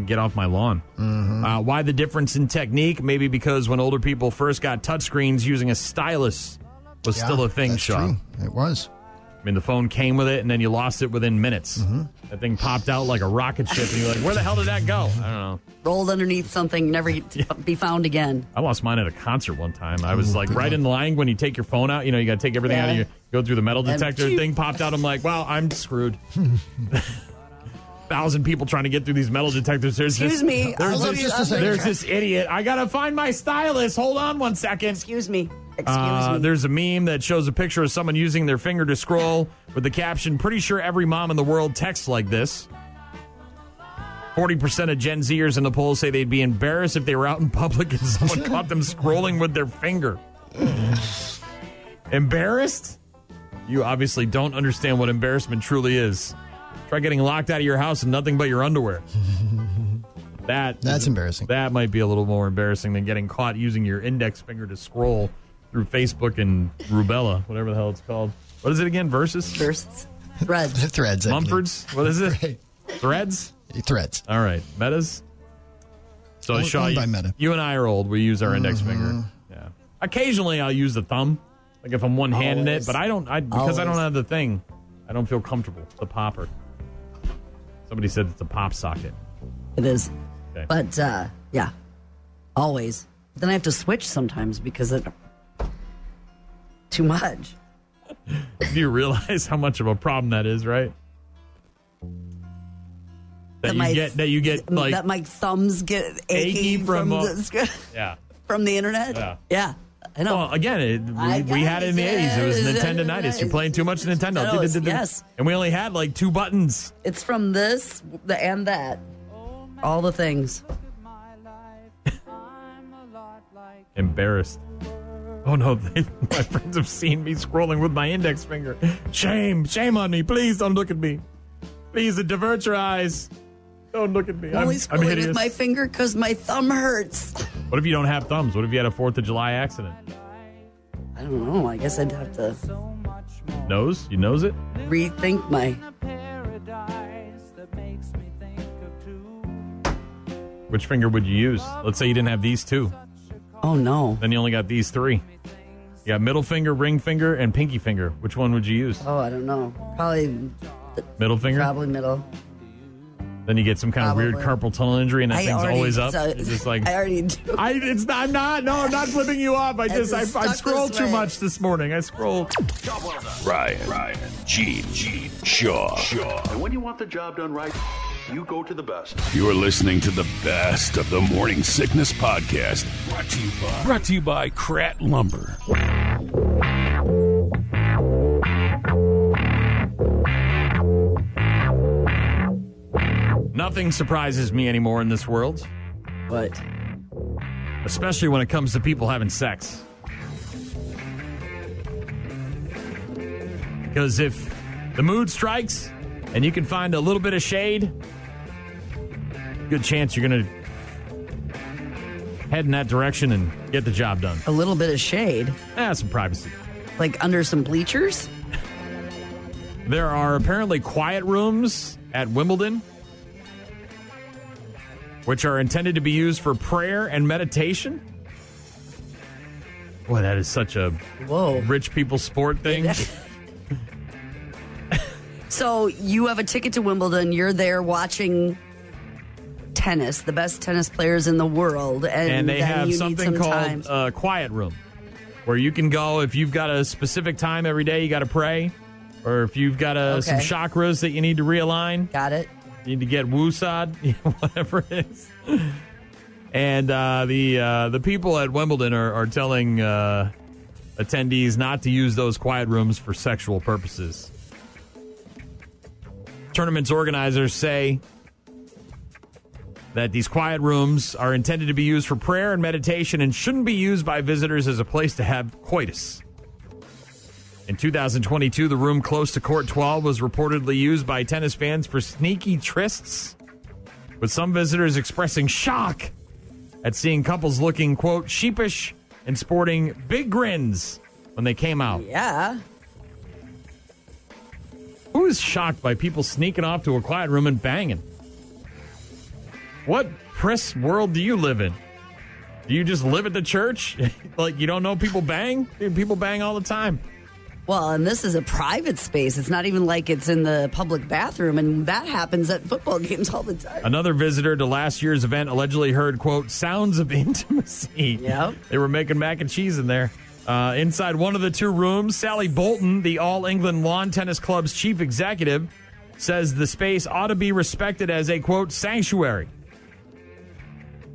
E: Get off my lawn.
A: Mm-hmm.
E: Uh, why the difference in technique? Maybe because when older people first got touchscreens, using a stylus was
F: Yeah,
E: still a thing,
F: that's
E: Shaw.
F: true. It was.
E: I mean, the phone came with it, and then you lost it within minutes.
A: Mm-hmm.
E: That thing popped out like a rocket ship, and you're like, where the hell did that go? I don't know.
A: Rolled underneath something, never e- to be found again.
E: I lost mine at a concert one time. I was
A: Oh,
E: like
A: good
E: right in line when you take your phone out. You know, you got to take everything out of
A: Yeah.
E: your go through the metal
A: And
E: detector.
A: pew.
E: thing popped out. I'm like, wow, I'm screwed. [laughs] Thousand people trying to get through these metal detectors. There's
A: Excuse
E: this,
A: me,
E: There's,
A: I'll
E: this,
A: look- I'll look-
E: there's this idiot. I gotta find my stylus. Hold on one second.
A: Excuse me. Excuse
E: Uh,
A: me.
E: there's a meme that shows a picture of someone using their finger to scroll with the caption, Pretty sure every mom in the world texts like this. 40% of Gen Zers in the poll say they'd be embarrassed if they were out in public and [laughs] someone caught them scrolling with their finger. embarrassed? You obviously don't understand what embarrassment truly is. Try getting locked out of your house in nothing but your
F: [laughs]
E: underwear. That
F: That's embarrassing.
E: That might be a little more embarrassing than getting caught using your index finger to scroll through Facebook and rubella, whatever the hell it's called. What is it again? Versus?
A: Versus. Threads.
F: Threads.
E: Mumfords? What is
F: [laughs]
E: it? Threads?
F: Threads.
E: All right. Metas? So,
F: Owned-
E: Shaw,
F: owned
E: you,
F: by Meta. Uh-huh.
E: you and I are old. We use our index finger. Yeah. Occasionally, I'll use the thumb, like if I'm one handed it,
A: Always.
E: but I don't, I, because I don't
A: Always.
E: have the thing, I don't feel comfortable. The popper. Somebody said it's a pop socket. [laughs]
A: It is.
E: Okay.
A: But uh, yeah, always. Then I have to switch sometimes because it too much.
E: Do you realize how much of a problem that is, right? That, you
A: my-
E: get that you get like
A: that my thumbs get achy,
E: Achy
A: from
E: from, uh,
A: the,
E: yeah.
A: from the internet.
E: Yeah.
A: I know.
E: Well, again, it,
A: I
E: we, we had it in the 80s.
A: guess,
E: It was
A: yeah,
E: Nintendonitis. You're playing too much Nintendo.
A: Nintendo,
E: Did- did- did-
A: yes.
E: And we only had like two buttons.
A: It's from this the, and that, all the things.
E: Embarrassed. Oh no, [laughs] they, my friends have seen me scrolling with my index finger. Shame, shame on me. Please don't look at me. Please, it diverts your eyes. Don't look at me. I'm,
A: Only
E: I'm
A: scrolling
E: hideous.
A: with my finger because my thumb hurts.
E: what if you don't have thumbs? What if you had a 4th of July accident?
A: I don't know. I guess I'd have to
E: Nose? You nose it?
A: rethink my.
E: Which finger would you use? Let's say you didn't have these two.
A: Oh no.
E: Then you only got these three. You got middle finger, ring finger, and pinky finger. Which one would you use?
A: Oh, I don't know. Probably,
E: Middle finger?
A: probably middle.
E: Then you get some kind of weird
A: Probably.
E: carpal tunnel injury, and that
A: I
E: thing's
A: already-
E: always up.
A: so-
E: it's just like
A: [laughs] I already do.
E: I, it's not, I'm not. No, I'm not flipping you off. I
A: It's
E: just I,
A: stuck
E: I
A: this
E: scrolled too
A: way.
E: much this morning. I scrolled.
B: Ryan, Ryan, Gene, Gene, Shaw, Shaw.
C: And when you want the job done right, you go to the best.
B: You're listening to the best of the Morning Sickness Podcast, brought to you by, brought to you by Krat Lumber.
E: Nothing surprises me anymore in this world,
A: But
E: especially when it comes to people having sex. Because if the mood strikes and you can find a little bit of shade, good chance you're going to head in that direction and get the job done.
A: a little bit of shade,
E: Ah, some privacy.
A: like under some bleachers.
E: There are apparently quiet rooms at Wimbledon which are intended to be used for prayer and meditation. Boy, that is such a
A: Whoa.
E: rich people sport
A: [laughs]
E: thing.
A: So you have a ticket to Wimbledon. You're there watching tennis, the best tennis players in the world, and,
E: and they
A: then
E: have
A: you
E: something
A: need some time.
E: called uh, quiet room where you can go if you've got a specific time every day you got to pray or if you've got uh some
A: Okay.
E: chakras that you need to realign
A: got it
E: you need to get [laughs] woosad whatever it is and uh, the uh, the people at Wimbledon are, are telling uh, attendees not to use those quiet rooms for sexual purposes tournament's organizers say that these quiet rooms are intended to be used for prayer and meditation and shouldn't be used by visitors as a place to have coitus. In 2022, the room close to Court 12 was reportedly used by tennis fans for sneaky trysts, with some visitors expressing shock at seeing couples looking, quote, sheepish and sporting big grins when they came out.
A: Yeah.
E: Who is shocked by people sneaking off to a quiet room and banging? What press world do you live in? Do you just live at the church? [laughs] like you don't know people bang? Dude, people bang all the time.
A: Well, and this is a private space. It's not even like it's in the public bathroom, and that happens at football [laughs] games all the time.
E: Another visitor to last year's event allegedly heard, quote, sounds of [laughs] intimacy. Yep. they were making mac and cheese in there. Uh, inside one of the two rooms, Sally Bolton, the All England Lawn Tennis Club's chief executive, says the space ought to be respected as a, quote, sanctuary.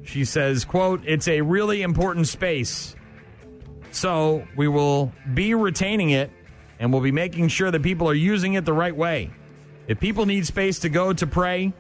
E: She says, quote, it's a really important space. So we will be retaining it and we'll be making sure that people are using it the right way. If people need space to go to pray,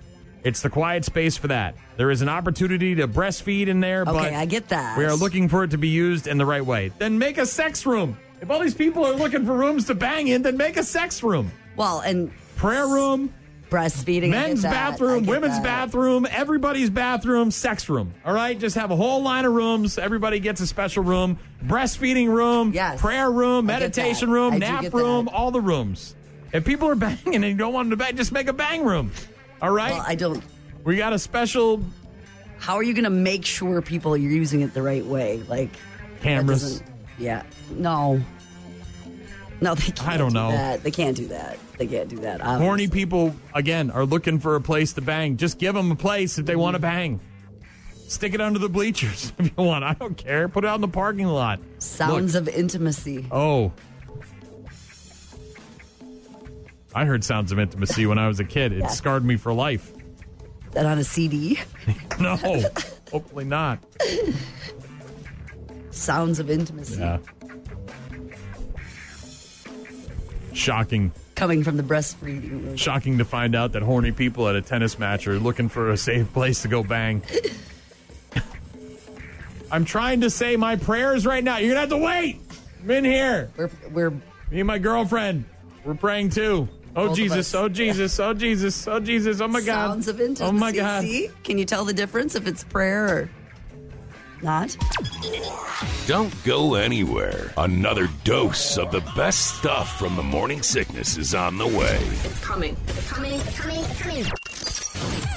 E: it's the quiet space for that. There is an opportunity to breastfeed in there, but
A: Okay, I get that.
E: we are looking for it to be used in the right way. Then make a sex room. If all these people are looking for rooms to bang in, then make a sex room.
A: Well, and
E: prayer room,
A: breastfeeding, I get
E: men's
A: that, I
E: bathroom,
A: get
E: women's
A: that.
E: bathroom, everybody's bathroom, sex room. All right, just have a whole line of rooms. Everybody gets a special room, breastfeeding room, prayer room,
Q: I get that.
E: meditation
Q: I
E: room,
Q: do
E: nap
Q: get
E: room, all the rooms. If people are [laughs] banging and you don't want them to bang, just make a bang room. All right.
A: Well, I don't.
E: We got a special.
A: How are you going to make sure people are using it the right way? Like that
E: Cameras.
A: doesn't- Yeah. No. No, they can't.
E: I don't
A: do
E: know.
A: That. They can't do that. They can't do that. Um, obviously.
E: Horny people again are looking for a place to bang. Just give them a place if they
A: Mm-hmm.
E: want to bang. Stick it under the bleachers [laughs] if you want. I don't care. Put it out in the parking lot.
A: Sounds of intimacy.
E: Oh. I heard sounds of intimacy when I was a kid. It
A: Yeah.
E: scarred me for life. [laughs]
A: That on a CD.
E: No, hopefully not.
A: Sounds of intimacy
E: Yeah. Shocking.
A: coming from the breastfeeding room.
E: Shocking to find out that horny people at a tennis match are looking for a safe place to go bang. [laughs] I'm trying to say my prayers right now. You're going to have to wait. I'm in here.
A: We're, we're
E: me and my girlfriend. We're praying too. Oh
A: Both of
E: Jesus,
A: us.
E: oh Jesus, oh Jesus, oh Jesus, oh my God.
A: Sounds of intimacy.
E: Oh my God.
A: See? Can you tell the difference if it's prayer or not?
B: Don't go anywhere. Another dose of the best stuff from the morning sickness is on the way.
S: Coming. Coming, coming, coming.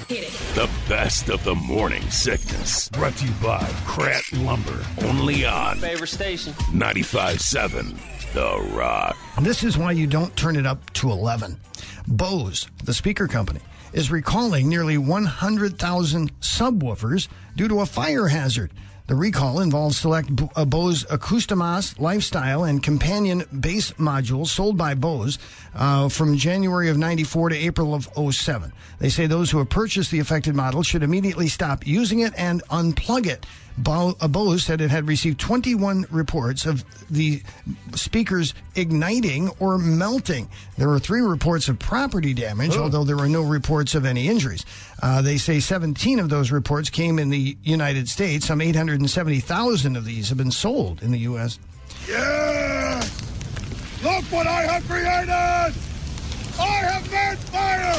S: Hit it.
B: The best of the morning sickness. Brought to you by Pratt Lumber. Only on
O: Favorite station.
B: 95.7 The Rock.
F: This is why you don't turn it up to 11. Bose, the speaker company, is recalling nearly 100,000 subwoofers due to a fire hazard. The recall involves select B- uh, Bose Acoustimas lifestyle and companion bass modules sold by Bose uh, from January of 94 to April of 07. They say those who have purchased the affected model should immediately stop using it and unplug it. Bo- uh, Bose said it had received 21 reports of the speakers igniting or melting. There were three reports of property damage, although there were no reports of any injuries. Uh, they say 17 of those reports came in the United States. Some 870,000 of these have been sold in the U.S.
L: Yeah! Look what I have created! I have made fire!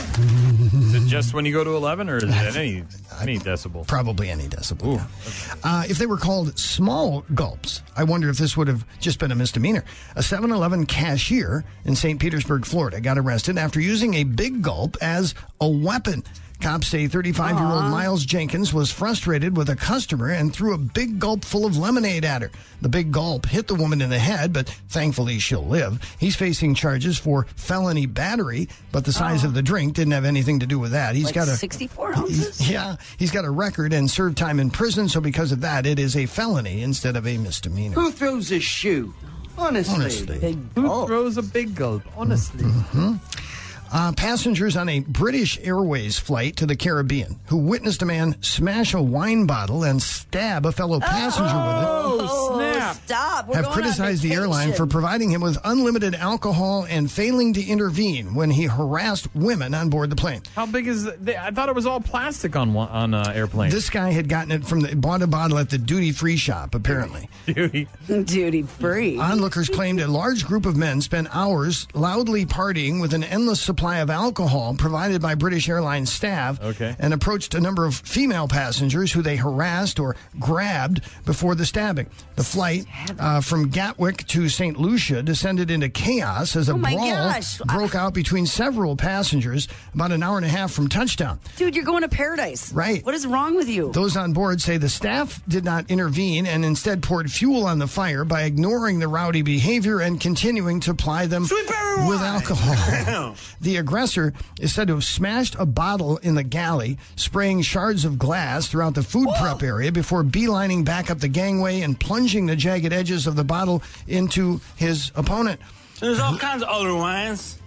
E: Is it just when you go to 11 or is it at any, any decibel?
F: Probably any decibel. yeah. Uh, if they were called small gulps, I wonder if this would have just been a misdemeanor. A 7 Eleven cashier in St. Petersburg, Florida, got arrested after using a big gulp as a weapon. Cops say 35 year old Miles Jenkins was frustrated with a customer and threw a big gulp full of lemonade at her. The big gulp hit the woman in the head, but thankfully she'll live. He's facing charges for felony battery, but the size of the drink didn't have anything to do with that. He's
A: like
F: got a
A: 64
E: [laughs]
A: ounces.
F: yeah, he's got a record and served time in prison, so because of that, it is a felony instead of a misdemeanor.
J: Who throws a shoe? Honestly. Oh.
F: Honestly.
E: Who throws a big gulp? Honestly.
F: Hmm? Uh, passengers on a British Airways flight to the Caribbean who witnessed a man smash a wine bottle and stab a fellow passenger
J: Oh,
F: with it.
A: snap. Oh, Stop. We're
F: have
A: going on
F: criticized the airline for
A: vacation.
F: providing him with unlimited alcohol and failing to intervene when he harassed women on board the plane.
E: How big is it? They- I thought it was all plastic on one- on uh, airplanes.
F: This guy had gotten it from the bought a bottle at the duty free shop, apparently.
E: Duty.
A: Duty free.
F: Onlookers claimed a large group of men spent hours loudly partying with an endless supply of alcohol provided by British Airlines staff
E: Okay.
F: and approached a number of female passengers who they harassed or grabbed before the stabbing. The flight uh, from Gatwick to St. Lucia descended into chaos as a
A: Oh my
F: brawl
A: gosh.
F: broke out between several passengers about an hour and a half from touchdown.
A: Dude, you're going to paradise.
F: Right.
A: What is wrong with you?
F: Those on board say the staff did not intervene and instead poured fuel on the fire by ignoring the rowdy behavior and continuing to ply them with alcohol. the aggressor is said to have smashed a bottle in the galley, spraying shards of glass throughout the food prep area before beelining back up the gangway and plunging the jagged edges of the bottle into his opponent.
Q: There's all kinds of other wines.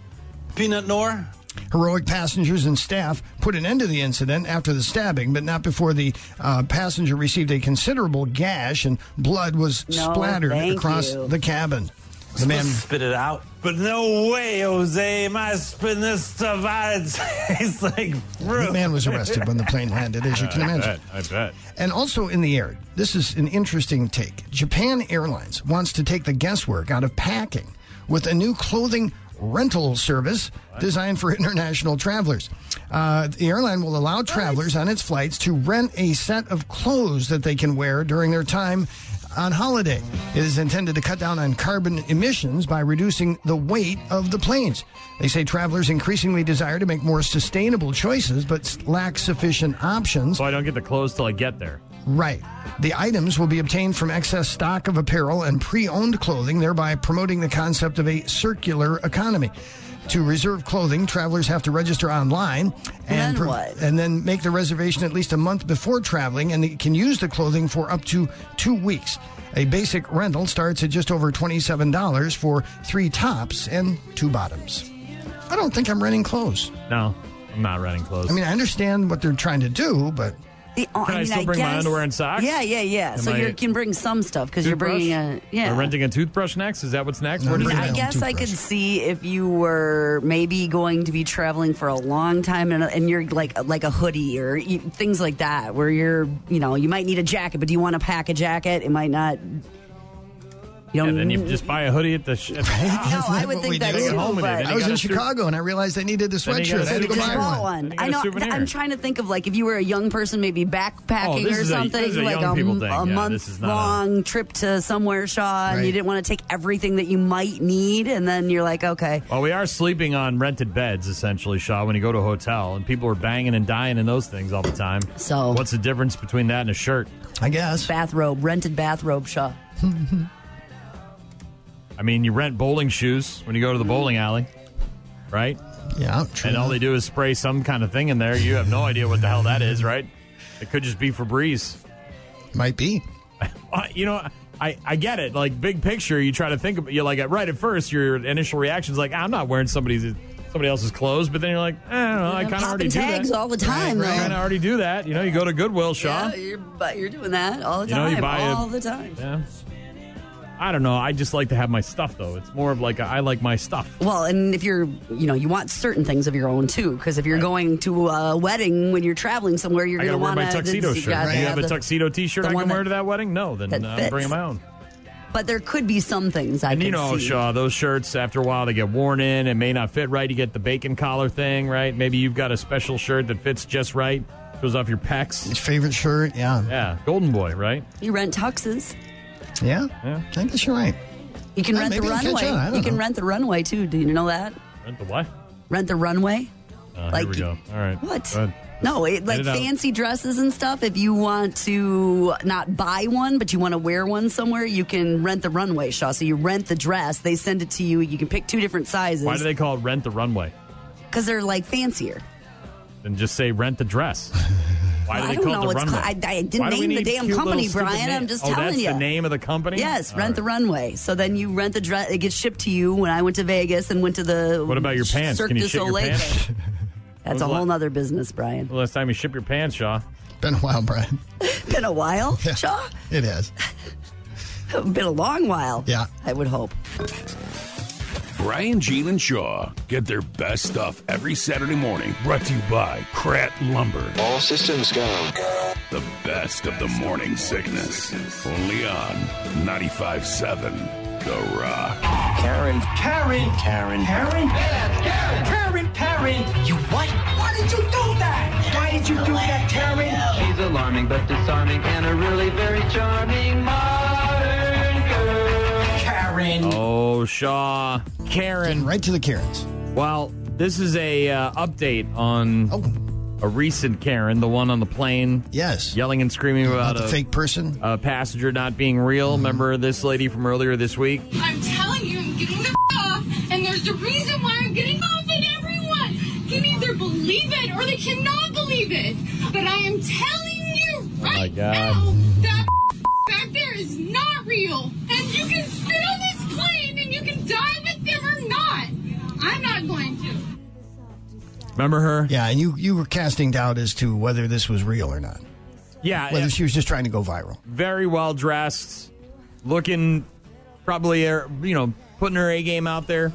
Q: Peanut Noir.
F: Heroic passengers and staff put an end to the incident after the stabbing, but not before the uh, passenger received a considerable gash and blood was
Q: No,
F: splattered
Q: thank
F: across
Q: you.
F: the cabin. The
Q: Supposed
F: man
Q: to spit it out. But no way, Jose, am I spitting this stuff out? It tastes like fruit.
F: The man was arrested when the plane landed, as you can imagine.
E: [laughs] I bet.
F: And also in the air, this is an interesting take. Japan Airlines wants to take the guesswork out of packing with a new clothing rental service designed for [laughs] international travelers. Uh, the airline will allow travelers on its flights to rent a set of clothes that they can wear during their time on holiday. It is intended to cut down on carbon emissions by reducing the weight of the planes. They say travelers increasingly desire to make more sustainable choices but lack sufficient options.
E: So I don't get the clothes till I get there.
F: Right. The items will be obtained from excess stock of apparel and pre owned clothing, thereby promoting the concept of a circular economy. To reserve clothing, travelers have to register online and, pro- and then make the reservation at least a month before traveling, and they can use the clothing for up to two weeks. A basic rental starts at just over $27 for three tops and two bottoms. I don't think I'm renting clothes.
E: No, I'm not running clothes.
F: I mean, I understand what they're trying to do, but.
A: The, oh,
E: Can I
A: mean,
E: still bring my
A: guess-
E: underwear and socks?
A: Yeah, yeah, yeah.
E: Am
A: so
E: I-
A: you can bring some stuff because you're
E: Toothbrush?
A: bringing a yeah.
E: We're renting a toothbrush next. Is that what's next?
A: I
E: Where does
A: mean,
E: it
A: I
E: end?
A: guess I could see if you were maybe going to be traveling for a long time and, and you're like like a hoodie or you, things like that, where you're you know you might need a jacket, but do you want to pack a jacket? It might not.
E: Yeah, then you just buy a hoodie at the. Sh- [laughs] at the
A: No, I would think that
E: Bring it
A: too.
E: home with you.
A: but
E: Then you
F: I was
E: got
F: in
E: a suit-
F: Chicago and I realized I needed a
E: Then you got
F: sweatshirt.
E: a
F: I had to go
E: souvenir.
F: buy
A: bought
F: one.
A: one.
E: I got
A: I
E: a
A: know. th-
E: souvenir.
A: I'm trying to think of like if you were a young person, maybe
E: Oh,
A: backpacking
E: this
A: or
E: is a-
A: something,
E: this is a
A: like
E: young people thing.
A: a,
E: Yeah, this
A: month
E: is not a-
A: long trip to somewhere, Shaw, and
E: Right.
A: you didn't want to take everything that you might need, and then you're like, okay,
E: Well, we are sleeping on rented beds, essentially, Shaw, when you go to a hotel, and people are banging and dying in those things all the time. So, what's the difference between that and a shirt?
F: I guess
A: bathrobe, rented bathrobe, Shaw.
E: I mean, you rent bowling shoes when you go to the bowling alley, right?
F: Yeah, true.
E: And all they do is spray some kind of thing in there. You have no idea what the hell that is, right? It could just be Febreze.
F: Might be.
E: Uh, you know, I, I get it. Like big picture, you try to think about. You're like right at first, your initial reaction is like, "Ah, I'm not wearing somebody's somebody else's clothes. But then you're like, I don't know. I
A: Yeah,
E: kind of
A: popping
E: already do
A: tags
E: that.
A: all the time, Right, right.
E: I kind of already do that. You know, you go to Goodwill, Shaw.
A: Yeah, you're, but you're doing that all the
E: You know,
A: time,
E: you buy a-
A: all the time.
E: Yeah. I don't know. I just like to have my stuff though. It's more of like a, I like my stuff.
A: Well, and if you're, you know, you want certain things of your own too, because if you're going to a wedding when you're traveling somewhere, you're
E: I
A: going
E: gotta
A: to
E: wear
A: want
E: my tuxedo shirt. Do you have a tuxedo T-shirt
A: the
E: I can
A: one
E: wear
A: that-
E: to that wedding? No, then
A: that
E: uh,
A: fits.
E: bring them out.
A: But there could be some things I
E: And
A: can
E: you know,
A: see.
E: Shaw, those shirts after a while they get worn in. It may not fit right. You get the bacon collar thing, right? Maybe you've got a special shirt that fits just right. Shows off your pecs.
F: Favorite shirt? Yeah.
E: Yeah, Golden Boy, right?
A: You rent tuxes.
F: Yeah. I guess you're right.
A: You can
F: Yeah,
A: rent the
F: Uh, maybe I can catch on. I
A: runway.
F: don't
A: You can
F: know.
A: rent the runway too. Do you know that?
E: Rent the what?
A: Rent the runway.
E: Uh,
A: Like
E: here we
A: you-
E: go. All right.
A: What?
E: Go ahead.
A: No, it, like
E: it out.
A: fancy dresses and stuff. If you want to not buy one, but you want to wear one somewhere, you can rent the runway, Shaw. So you rent the dress, they send it to you. You can pick two different sizes.
E: Why do they call it rent the runway?
A: Because they're like fancier.
E: Then just say rent the
A: [laughs]
E: dress. Why do
A: I
E: they
A: don't
E: call
A: know.
E: it the
A: It's
E: runway?
A: called- I- I didn't
E: Why do we
A: name the
E: need
A: damn
E: cute little
A: company,
E: stupid
A: Brian.
E: names?
A: I'm just
E: oh,
A: telling
E: that's
A: you.
E: the name of the company.
A: Yes,
E: All
A: rent
E: right.
A: the runway. So then you rent the dress. It gets shipped to you. When I went to Vegas and went to the
E: What about your pants?
A: Cirque
E: Can you
A: du
E: shit your
A: Soleil
E: pants?
A: thing. [laughs] That's a whole nother business, Brian.
E: Last time you ship your pants, Shaw.
F: Been a while, Brian.
A: Been a while, Shaw.
F: [laughs] It has.
A: Been a long while.
F: Yeah.
A: I would hope.
B: Brian, Gene, and Shaw get their best stuff every Saturday morning. Brought to you by Krat Lumber. All systems go. The best of the morning sickness. Only on 95.7 The Rock.
P: Karen.
G: Karen.
P: Karen.
G: Karen? Yeah, Karen. Karen, Karen. You what? Why did you do that? Why did you do that, Karen?
J: She's alarming but disarming and a really very charming modern girl.
G: Karen.
E: Oh, Shaw. Karen.
F: Right to the Karens.
E: Well, this is a uh, update on a recent Karen, the one on the plane.
F: Oh. Yes.
E: Yelling and screaming about,
F: About Mm-hmm. the
E: a,
F: fake person.
E: A passenger not being real. Remember this lady from earlier this week?
H: I'm telling you, I'm getting the f- off, and there's a reason why I'm getting off, and everyone can either believe it or they cannot believe it. But I am telling you
E: Oh, my
H: right
E: God.
H: now that f- back there is not real, and you can sit on this plane and you can die with them or not. I'm not going to.
E: Remember her?
F: Yeah, and you, you were casting doubt as to whether this was real or not.
E: Yeah.
F: Whether she was just trying to go viral.
E: Very well dressed, looking probably, uh, you know, putting her A game out there.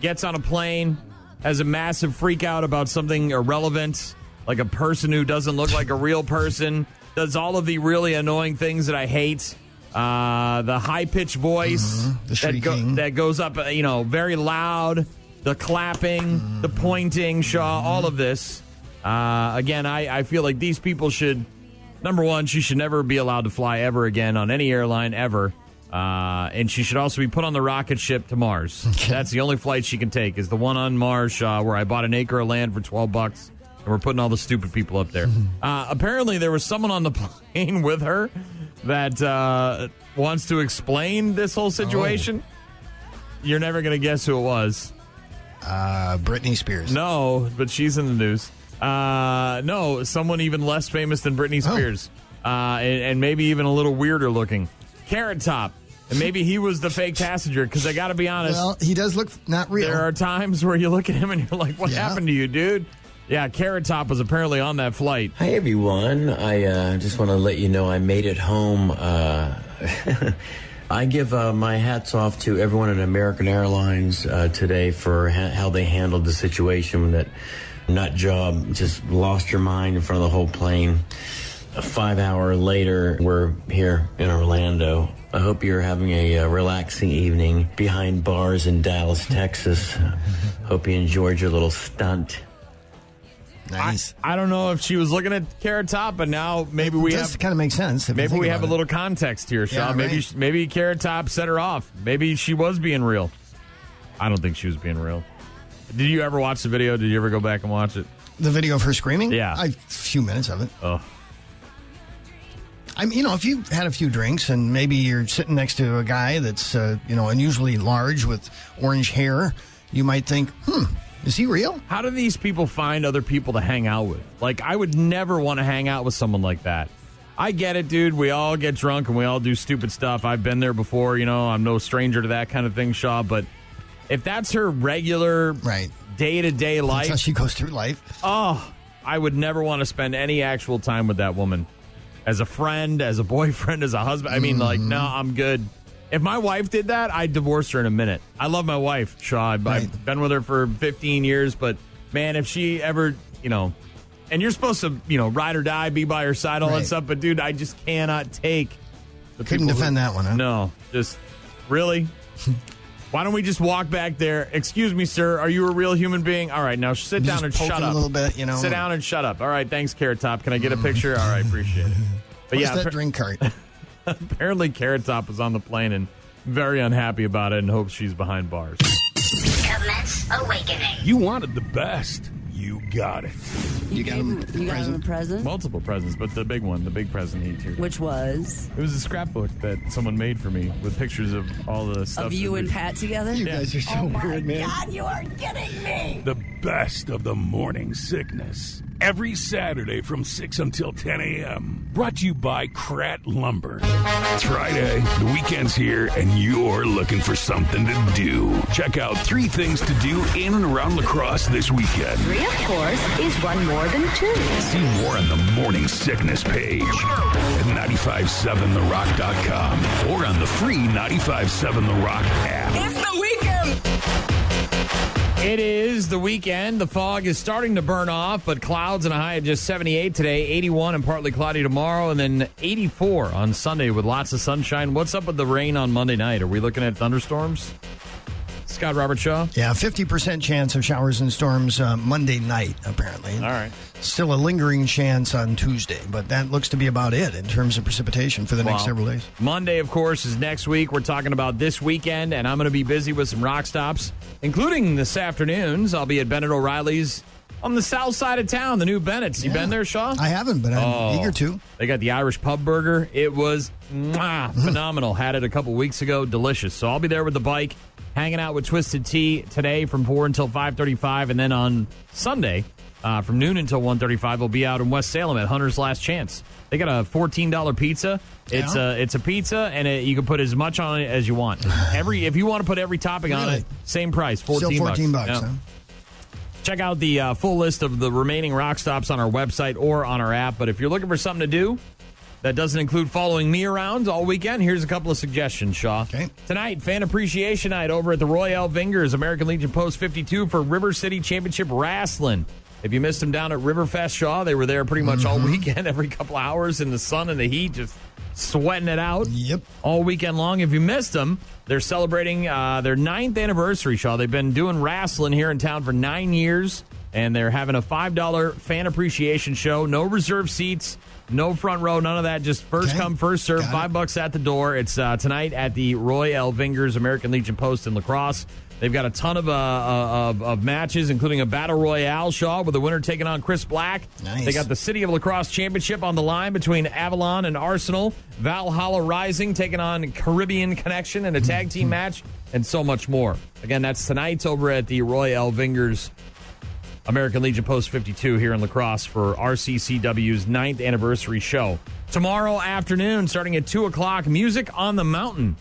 E: Gets on a plane, has a massive freak out about something irrelevant, like a person who doesn't look like a real person, does all of the really annoying things that I hate. Uh, the high pitched voice that, go- that goes up, uh, you know, very loud, the clapping, the pointing, Shaw, all of this. Uh, again, I, I feel like these people should, number one, she should never be allowed to fly ever again on any airline ever. Uh, and she should also be put on the rocket ship to Mars. That's the only flight she can take is the one on Mars, Shaw, where I bought an acre of land for 12 bucks and we're putting all the stupid people up there. Uh, apparently, there was someone on the [laughs] plane with her that uh, wants to explain this whole situation. You're never going to guess who it was.
F: Uh, Britney Spears.
E: No, but she's in the news. Uh, no, someone even less famous than Britney Spears, uh, and, and maybe even a little weirder looking. Carrot Top, and maybe he was the fake passenger. Because I got to be honest,
F: Well, he does look not real.
E: there are times where you look at him and you're like, "What happened to you, dude?" Yeah, Carrot Top was apparently on that flight.
T: Hi everyone. I uh, just want to let you know I made it home. Uh, [laughs] I give uh, my hats off to everyone at American Airlines uh, today for ha- how they handled the situation that nut job just lost your mind in front of the whole plane. A five hour later, we're here in Orlando. I hope you're having a uh, relaxing evening behind bars in Dallas, Texas. hope you enjoyed your little stunt.
F: Nice.
E: I, I don't know if she was looking at Carrot Top, but now maybe we
F: does
E: have
F: kind of make sense. if you
E: maybe
F: think
E: we
F: about
E: have a
F: it.
E: little context here, Shaw.
F: Yeah,
E: Maybe
F: right.
E: she- maybe Carrot Top set her off. Maybe she was being real. I don't think she was being real. Did you ever watch the video? Did you ever go back and watch it?
F: The video of her screaming?
E: Yeah.
F: A few minutes of it.
E: Oh.
F: I mean, you know, if you've had a few drinks and maybe you're sitting next to a guy that's, uh, you know, unusually large with orange hair, you might think, hmm, is he real?
E: How do these people find other people to hang out with? Like, I would never want to hang out with someone like that. I get it, dude. We all get drunk and we all do stupid stuff. I've been there before, you know, I'm no stranger to that kind of thing, Shaw. But if that's her regular
F: right.
E: day to day
F: That's how
E: life,
F: she goes through life.
E: oh, I would never want to spend any actual time with that woman as a friend, as a [laughs] boyfriend, as a husband. I mean, like, no,
F: Mm-hmm.
E: I'm good. If my wife did that, I'd divorce her in a minute. I love my wife, Shaw. I've, I've been with her for 15 years, but man, if she ever, you know, and you're supposed to, you know, ride or die, be by her side, all
F: Right.
E: that stuff, but dude, I just cannot take. The
F: Couldn't
E: people
F: defend
E: who-
F: that one, huh?
E: No, just really. Why don't we just walk back there? Excuse me, sir. Are you a real human being? All right, now sit
F: Just
E: down and
F: poke
E: shut
F: him a
E: up.
F: little bit, you know.
E: Sit down and shut up. All right, thanks, Carrot Top. Can I get a picture? All right, appreciate it. But
F: Where's
E: yeah,
F: that
E: appar-
F: drink cart?
E: apparently Carrot Top was on the plane and very unhappy about it and hopes she's behind bars.
S: Commence awakening.
B: You wanted the best. You got it.
A: You, got
E: [laughs]
A: him. You got him a present,
E: Multiple presents, but the big one, the big present he took.
A: which was
E: It was a scrapbook that someone made for me with pictures of all the stuff.
A: of you
E: that
A: and
E: we-
A: Pat together.
E: You Yeah. guys are so
A: Oh my
E: weird, man.
A: God, you are kidding me.
B: The best of the morning sickness. Every Saturday from 6 until 10 a.m. Brought to you by Krat Lumber. It's Friday, the weekend's here, and you're looking for something to do. Check out three things to do in and around lacrosse this weekend.
U: Three, of course, is one more than two.
B: See more on the Morning Sickness page at 957therock.com or on the free 957 The Rock app.
G: It's the weekend.
E: It is the weekend. The fog is starting to burn off, but clouds and a high of just 78 today, 81 and partly cloudy tomorrow, and then 84 on Sunday with lots of sunshine. What's up with the rain on Monday night? Are we looking at thunderstorms? Scott Robert Shaw.
F: Yeah, 50% chance of showers and storms uh, Monday night, apparently. All
E: right.
F: Still a lingering chance on Tuesday, but that looks to be about it in terms of precipitation for the next
E: Wow.
F: several days.
E: Monday, of course, is next week. We're talking about this weekend, and I'm going to be busy with some rock stops, including this afternoon's. I'll be at Bennett O'Reilly's on the south side of town, the new Bennett's. You been there, Shaw?
F: I haven't, but I'm
E: Oh.
F: eager to.
E: They got the Irish pub burger. It was
F: [laughs]
E: mwah, phenomenal. Had it a couple weeks ago. Delicious. So I'll be there with the bike, hanging out with Twisted Tea today from four until five thirty-five, and then on Sunday uh, from noon until one thirty-five, we'll be out in West Salem at Hunter's Last Chance. They got a fourteen dollar pizza. It's
F: Yeah.
E: a it's a pizza, and it, you can put as much on it as you
F: [sighs]
E: want. Every if you want to put every topping on
F: Really?
E: it, same price, fourteen.
F: Still 14 bucks.
E: Yeah.
F: huh?
E: Check out the uh, full list of the remaining rock stops on our website or on our app. But if you're looking for something to do that doesn't include following me around all weekend, here's a couple of suggestions, Shaw. Tonight, Fan Appreciation Night over at the Royale Vingers, American Legion Post 52 for River City Championship Wrestling. If you missed them down at Riverfest, Shaw, they were there pretty much all weekend, [laughs] every couple hours in the sun and the heat, just sweating it out. Yep. All weekend long. If you missed them, they're celebrating uh, their ninth anniversary, Shaw. They've been doing wrestling here in town for nine years, and they're having a $5 fan appreciation show. No reserve seats, no front row, none of that. Just first come, first serve. Five bucks at the door. It's uh, tonight at the Roy L. Vingers American Legion Post in Lacrosse. They've got a ton of, uh, uh, of of matches, including a battle royale, Shaw, with the winner taking on Chris Black.
F: Nice.
E: They got the City of Lacrosse Championship on the line between Avalon and Arsenal. Valhalla Rising taking on Caribbean Connection in a tag team match, and so much more. Again, that's tonight over at the Roy L. Vingers American Legion Post 52 here in Lacrosse for RCCW's ninth anniversary show. Tomorrow afternoon, starting at 2 o'clock, Music on the Mountain.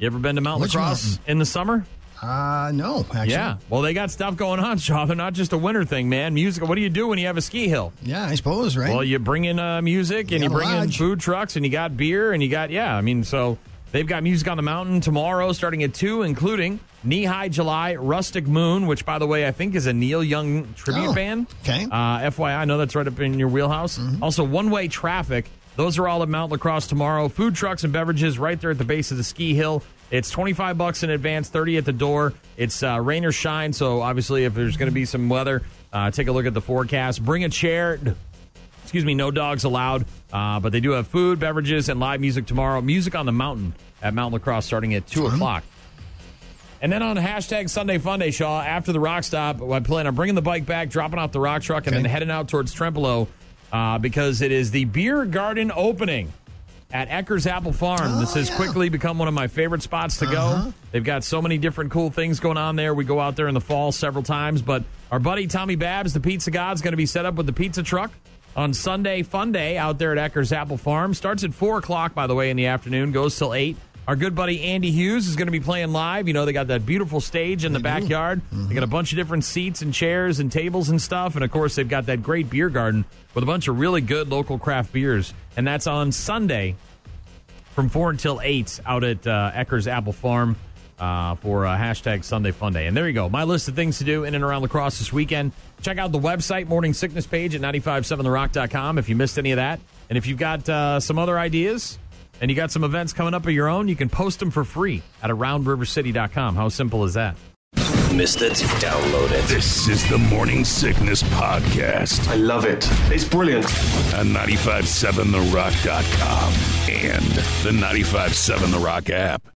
E: You ever been to Mountain
F: Which
E: Lacrosse
F: mountain?
E: in the summer?
F: Uh, no, actually.
E: Yeah. Well, they got stuff going on, [laughs] Shaw. They're not just a winter thing, man. Music. What do you do when you have a ski hill?
F: Yeah, I suppose, right?
E: Well, you bring in uh, music and
F: You
E: you
F: got a
E: bring in
F: lodge.
E: food trucks and you got beer and you got, yeah, I mean, so they've got music on the mountain tomorrow starting at 2, including Knee High July, Rustic Moon, which, by the way, I think is a Neil Young tribute
F: Oh,
E: band.
F: okay. Mm-hmm.
E: Uh, FYI, I know that's right up in your wheelhouse. Also, one way traffic. Those are all at Mount Lacrosse tomorrow. Food trucks and beverages right there at the base of the ski hill. It's 25 bucks in advance, 30 at the door. It's uh, rain or shine, so obviously if there's going to be some weather, uh, take a look at the forecast. Bring a chair excuse me, no dogs allowed. Uh, but they do have food, beverages, and live music tomorrow. Music on the Mountain at Mount Lacrosse starting at 2 o'clock. And then on hashtag Sunday Funday, Shaw, after the rock stop, I plan on bringing the bike back, dropping off the rock truck, and then heading out towards Trempolo uh, because it is the beer garden opening at Eckers Apple Farm. this has quickly become one of my favorite spots to go. They've got so many different cool things going on there. We go out there in the fall several times, but our buddy Tommy Babs, the pizza god, is going to be set up with the pizza truck on Sunday Fun Day out there at Eckers Apple Farm. Starts at 4 o'clock, by the way, in the afternoon, goes till 8. Our good buddy Andy Hughes is going to be playing live. You know, they got that beautiful stage in the backyard. They got a bunch of different seats and chairs and tables and stuff. And of course, they've got that great beer garden with a bunch of really good local craft beers. And that's on Sunday from 4 until 8 out at uh, Eckers Apple Farm uh, for uh, hashtag Sunday Fun Day. And there you go. My list of things to do in and around lacrosse this weekend. Check out the website, Morning Sickness page at 957therock.com if you missed any of that. And if you've got uh, some other ideas and you got some events coming up of your own, you can post them for free at aroundrivercity.com. How simple is that?
B: Oh, Missed it? Download it. This is the Morning Sickness Podcast. I love it. It's brilliant. On 957therock.com and the 957 The Rock app.